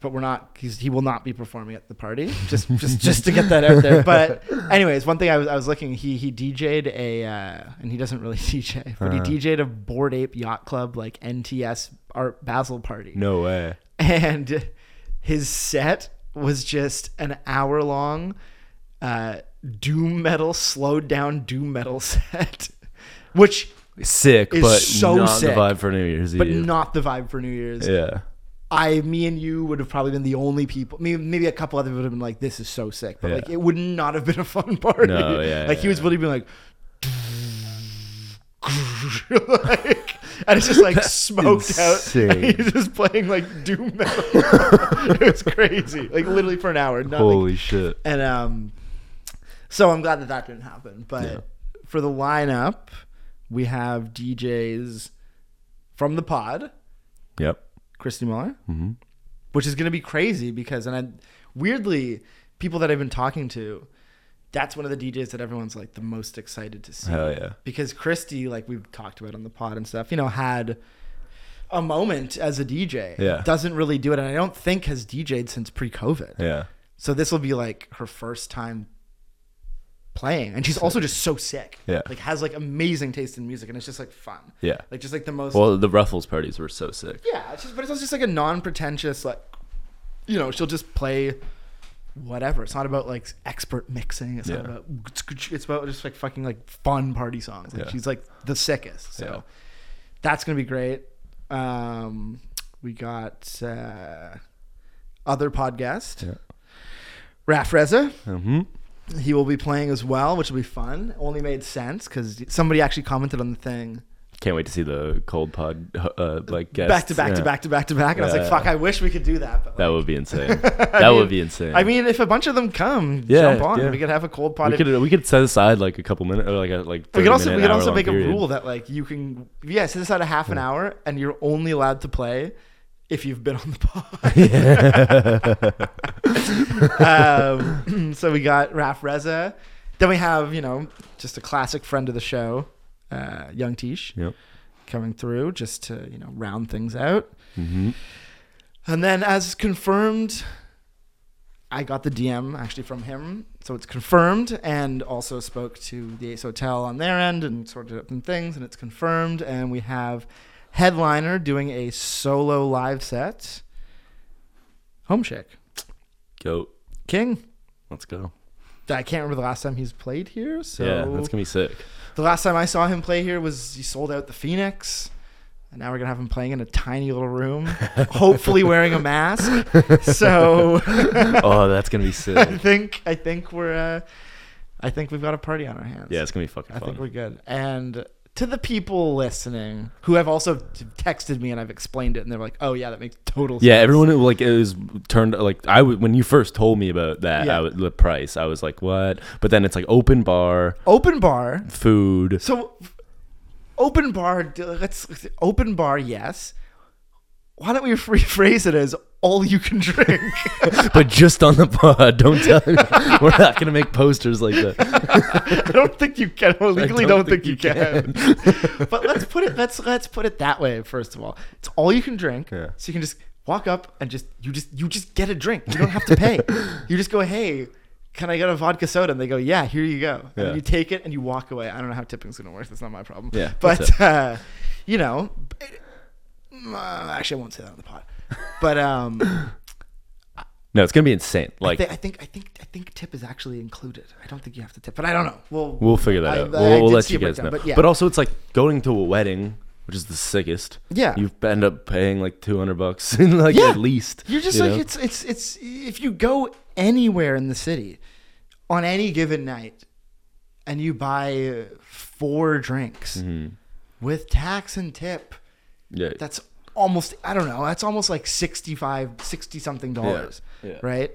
But we're not. He's, he will not be performing at the party. Just, just, just to get that out there. But, anyways, one thing I was, I was looking. He, he DJ'd a, uh, and he doesn't really DJ, but he DJ'd a Board Ape Yacht Club like NTS Art Basel party No way. and his set was just an hour long uh, doom metal slowed down doom metal set which Sick, Is but so not sick. the vibe for New Year's but Eve. not the vibe for new year's yeah. i me and you would have probably been the only people maybe, maybe a couple other would have been like this is so sick but Yeah. like it would not have been a fun party No, yeah, like he yeah, was really being like like, and it's just like smoked out. insane. And he's just playing like doom metal. it was crazy, like literally for an hour. Not, like, Holy shit. And um, so I'm glad that that didn't happen. But for the lineup, we have DJs from the pod, Yep. Christy Muller, Mm-hmm. which is going to be crazy because, and I, weirdly, people that I've been talking to, that's one of the DJs that everyone's like the most excited to see. Hell yeah. Because Christy, like we've talked about on the pod and stuff, you know, had a moment as a DJ. Yeah. Doesn't really do it. And I don't think has DJ'd since pre COVID. Yeah. So this will be like her first time playing, and she's also just so sick. Yeah. like has like amazing taste in music, and it's just like fun. Yeah. like just like the most. Well, the Ruffles parties were so sick. yeah, it's just, but it's also just like a non-pretentious like, you know, she'll just play whatever. It's not about like expert mixing. It's not Yeah. about. It's about just like fucking like fun party songs. Like Yeah. she's like the sickest. So Yeah. that's gonna be great. Um, we got uh, other podcast. Yeah. Raf Reza, Mm-hmm. he will be playing as well, which will be fun. Only made sense because somebody actually commented on the thing Can't wait to see the cold pod uh, like guests. back to back to Yeah. back to back to back, and I was like, Yeah. "Fuck, I wish we could do that." But That would be insane. that would be insane. I mean, if a bunch of them come, Yeah, jump on. yeah. We could have a cold pot. we We could we could set aside like a couple minutes or like a like. we 30 could also minute, we could also hour-long make period. a rule that like you can yeah set aside a half an hour, and you're only allowed to play if you've been on the pod. um, so we got Raf Reza. Then we have you know just a classic friend of the show, uh, Young Tish. Yep. coming through just to you know round things out Mm-hmm. and then as confirmed i got the dm actually from him so it's confirmed and also spoke to the ace hotel on their end and sorted out some things and it's confirmed and we have headliner doing a solo live set home shake Go. king Let's go. i can't remember the last time he's played here so yeah, that's gonna be sick. The last time I saw him play here was he sold out the Phoenix. And now we're going to have him playing in a tiny little room, hopefully wearing a mask. So oh, that's gonna be sick. I think I think we're uh, I think we've got a party on our hands. Yeah, it's gonna be fucking I fun. think we're good. And to the people listening who have also t- texted me and I've explained it and they're like, "Oh yeah, that makes total sense." yeah, everyone who, like it was turned like I w- when you first told me about that Yeah. I w- the price I was like what but then it's like open bar Open bar. food So open bar d- let's let's- open bar, yes. Why don't we rephrase it as all you can drink? but just on the pod don't tell me we're not gonna make posters like that I don't think you can. Well, legally, don't, don't think, you think can. but let's put it. Let's let's put it that way. First of all, it's all you can drink. Yeah. So you can just walk up and just you just you just get a drink. You don't have to pay. you just go, hey, can I get a vodka soda? And they go, yeah, here you go. And Yeah. you take it and you walk away. I don't know how tipping's gonna work. That's not my problem. Yeah, that's But uh, you know, it- uh, actually, I won't say that on the pod. But um. No, it's gonna be insane. Like I think I think I think tip is actually included. I don't think you have to tip, but I don't know. We'll we'll figure that I- out. I- We'll, I we'll did let see you a guys know. breakdown, But, but yeah. also, it's like going to a wedding, which is the sickest. Yeah. you end up paying like two hundred bucks, in like Yeah. at least. You're just you like know? it's it's it's if you go anywhere in the city on any given night and you buy uh, four drinks Mm-hmm. with tax and tip, yeah. that's almost I don't know, that's almost like 65 60 something dollars, Yeah. right?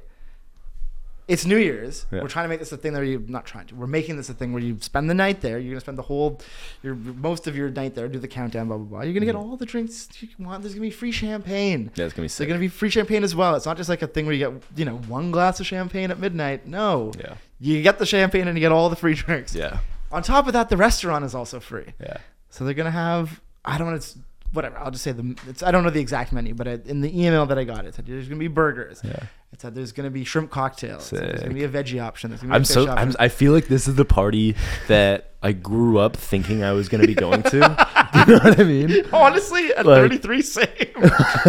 It's New Year's. Yeah. We're trying to make this a thing that you're not trying to. We're making this a thing where you spend the night there. You're gonna spend the whole, your most of your night there. Do the countdown, blah blah blah. You're gonna get Mm-hmm. all the drinks you want. There's gonna be free champagne. Yeah, it's gonna be There's sick. gonna be free champagne as well. It's not just like a thing where you get you know one glass of champagne at midnight. No, Yeah. you get the champagne and you get all the free drinks. yeah, On top of that, the restaurant is also free. yeah, So they're gonna have I don't know it's whatever. I'll just say the it's I don't know the exact menu, but I, in the email that I got, it said there's gonna be burgers. yeah. It said there's gonna be shrimp cocktails. It said There's gonna Sick. be a veggie option. There's gonna be a I'm fish so option. I'm, I feel like this is the party that I grew up thinking I was gonna be going to. you know what I mean? Honestly, at Like- 33, same.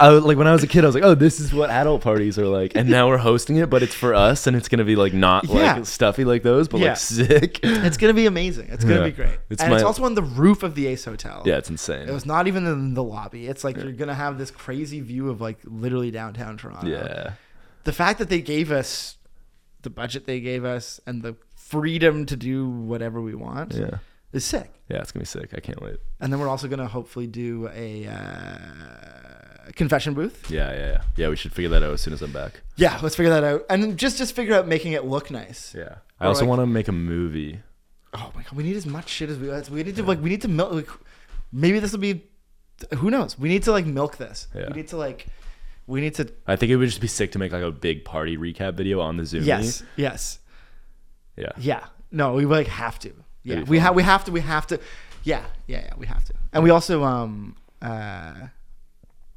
I was, like when I was a kid, I was like, "Oh, this is what adult parties are like," and now we're hosting it, but it's for us, and it's gonna be like not Yeah. like stuffy like those, but Yeah. like sick. it's gonna be amazing. It's gonna Yeah. be great. It's and it's my- also on the roof of the Ace Hotel. Yeah, it's insane. It was not even in the lobby. It's like you're gonna have this crazy view of like literally downtown Toronto. yeah, The fact that they gave us the budget they gave us and the freedom to do whatever we want yeah, is sick. yeah. It's gonna be sick. I can't wait. And then we're also gonna hopefully do a uh, confession booth. Yeah, yeah, yeah. Yeah, we should figure that out as soon as I'm back. Yeah, let's figure that out. And then just just figure out making it look nice. Yeah. I Or also like- want to make a movie. Oh my god, we need as much shit as we we need to like we need to milk. Like, maybe this will be. Who knows? We need to like milk this. Yeah. We need to like. We need to. I think it would just be sick to make like a big party recap video on the Zoom. Yes. Yes. Yeah. Yeah. No, we like have to. Yeah. Maybe We fun. have we have to we have to. Yeah. Yeah, yeah, we have to. And we also um uh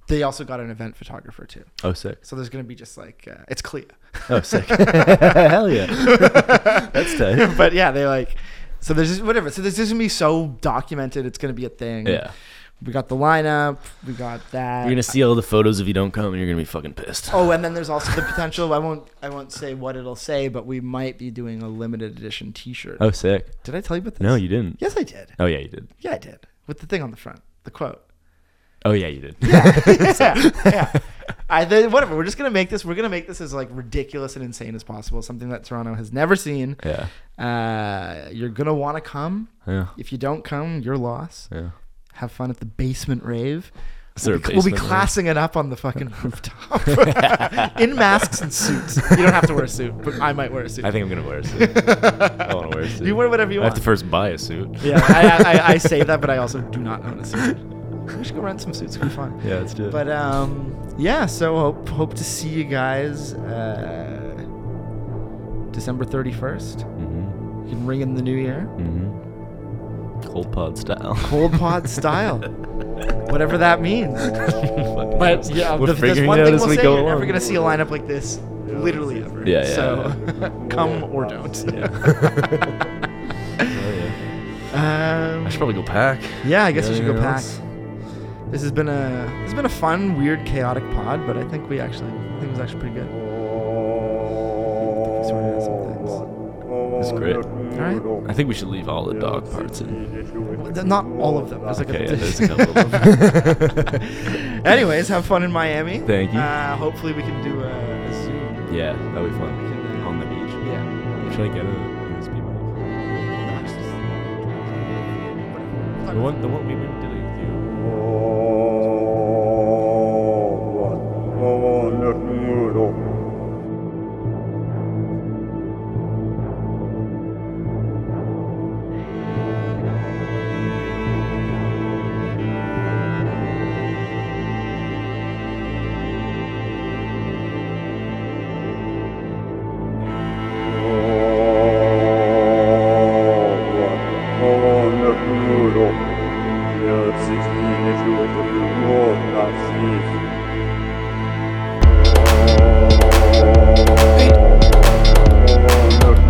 they also got an event photographer too. Oh, sick. So there's going to be just like uh, it's clear. Oh, sick. Hell yeah. That's tight. but yeah, they like so there's just whatever. So this is going to be so documented. It's going to be a thing. Yeah. We got the lineup, we got that. You're going to see all the photos if you don't come and you're going to be fucking pissed. Oh, and then there's also the potential. I won't. I won't say what it'll say, but we might be doing a limited edition T-shirt. Oh, sick. Did I tell you about this? No, you didn't. Yes, I did. Oh, yeah, you did. Yeah, I did. With the thing on the front, the quote. Oh, yeah, you did. yeah, yeah. I then whatever. We're just gonna make this. We're gonna make this as like ridiculous and insane as possible. Something that Toronto has never seen. yeah. Uh, you're gonna want to come. Yeah. If you don't come, your loss. Yeah. Have fun at the basement rave. Is We'll there be, a we'll be basement rave? classing it up on the fucking rooftop in masks and suits. You don't have to wear a suit, but I might wear a suit. I think I'm going to wear a suit. I want to wear a suit. you wear whatever you I have want. to first buy a suit. yeah, I, I, I, I say that, but I also do not own a suit. We should go rent some suits. It'd be fun. Yeah, let's do it. But um, yeah. So hope hope to see you guys uh, December thirty first. mm-hmm. You can ring in the new year, Mm-hmm. Cold pod style. cold pod style, whatever that means. But yeah, We're th- there's figuring one it out thing as we'll we say, go you're never along. gonna see a lineup like this, literally ever. Yeah, yeah, So come or don't. Oh, I should Um, probably go pack. yeah, I guess you should go Anything pack. else? This has been a this has been a fun, weird, chaotic pod, but I think we actually I think it was actually pretty good. We sorted out some things. It's great. All I think we should leave all the dog parts in. right, Th- not all of them. There's like Okay, a, yeah, there's a couple of them. Anyways, have fun in Miami. Thank you. Uh, hopefully, we can do a, a Zoom. yeah, that'll be We fun. can, uh, On the beach. yeah. Should I get a USB mic? No, it's just- The one, the one we were doing. do. Oh, Thank you.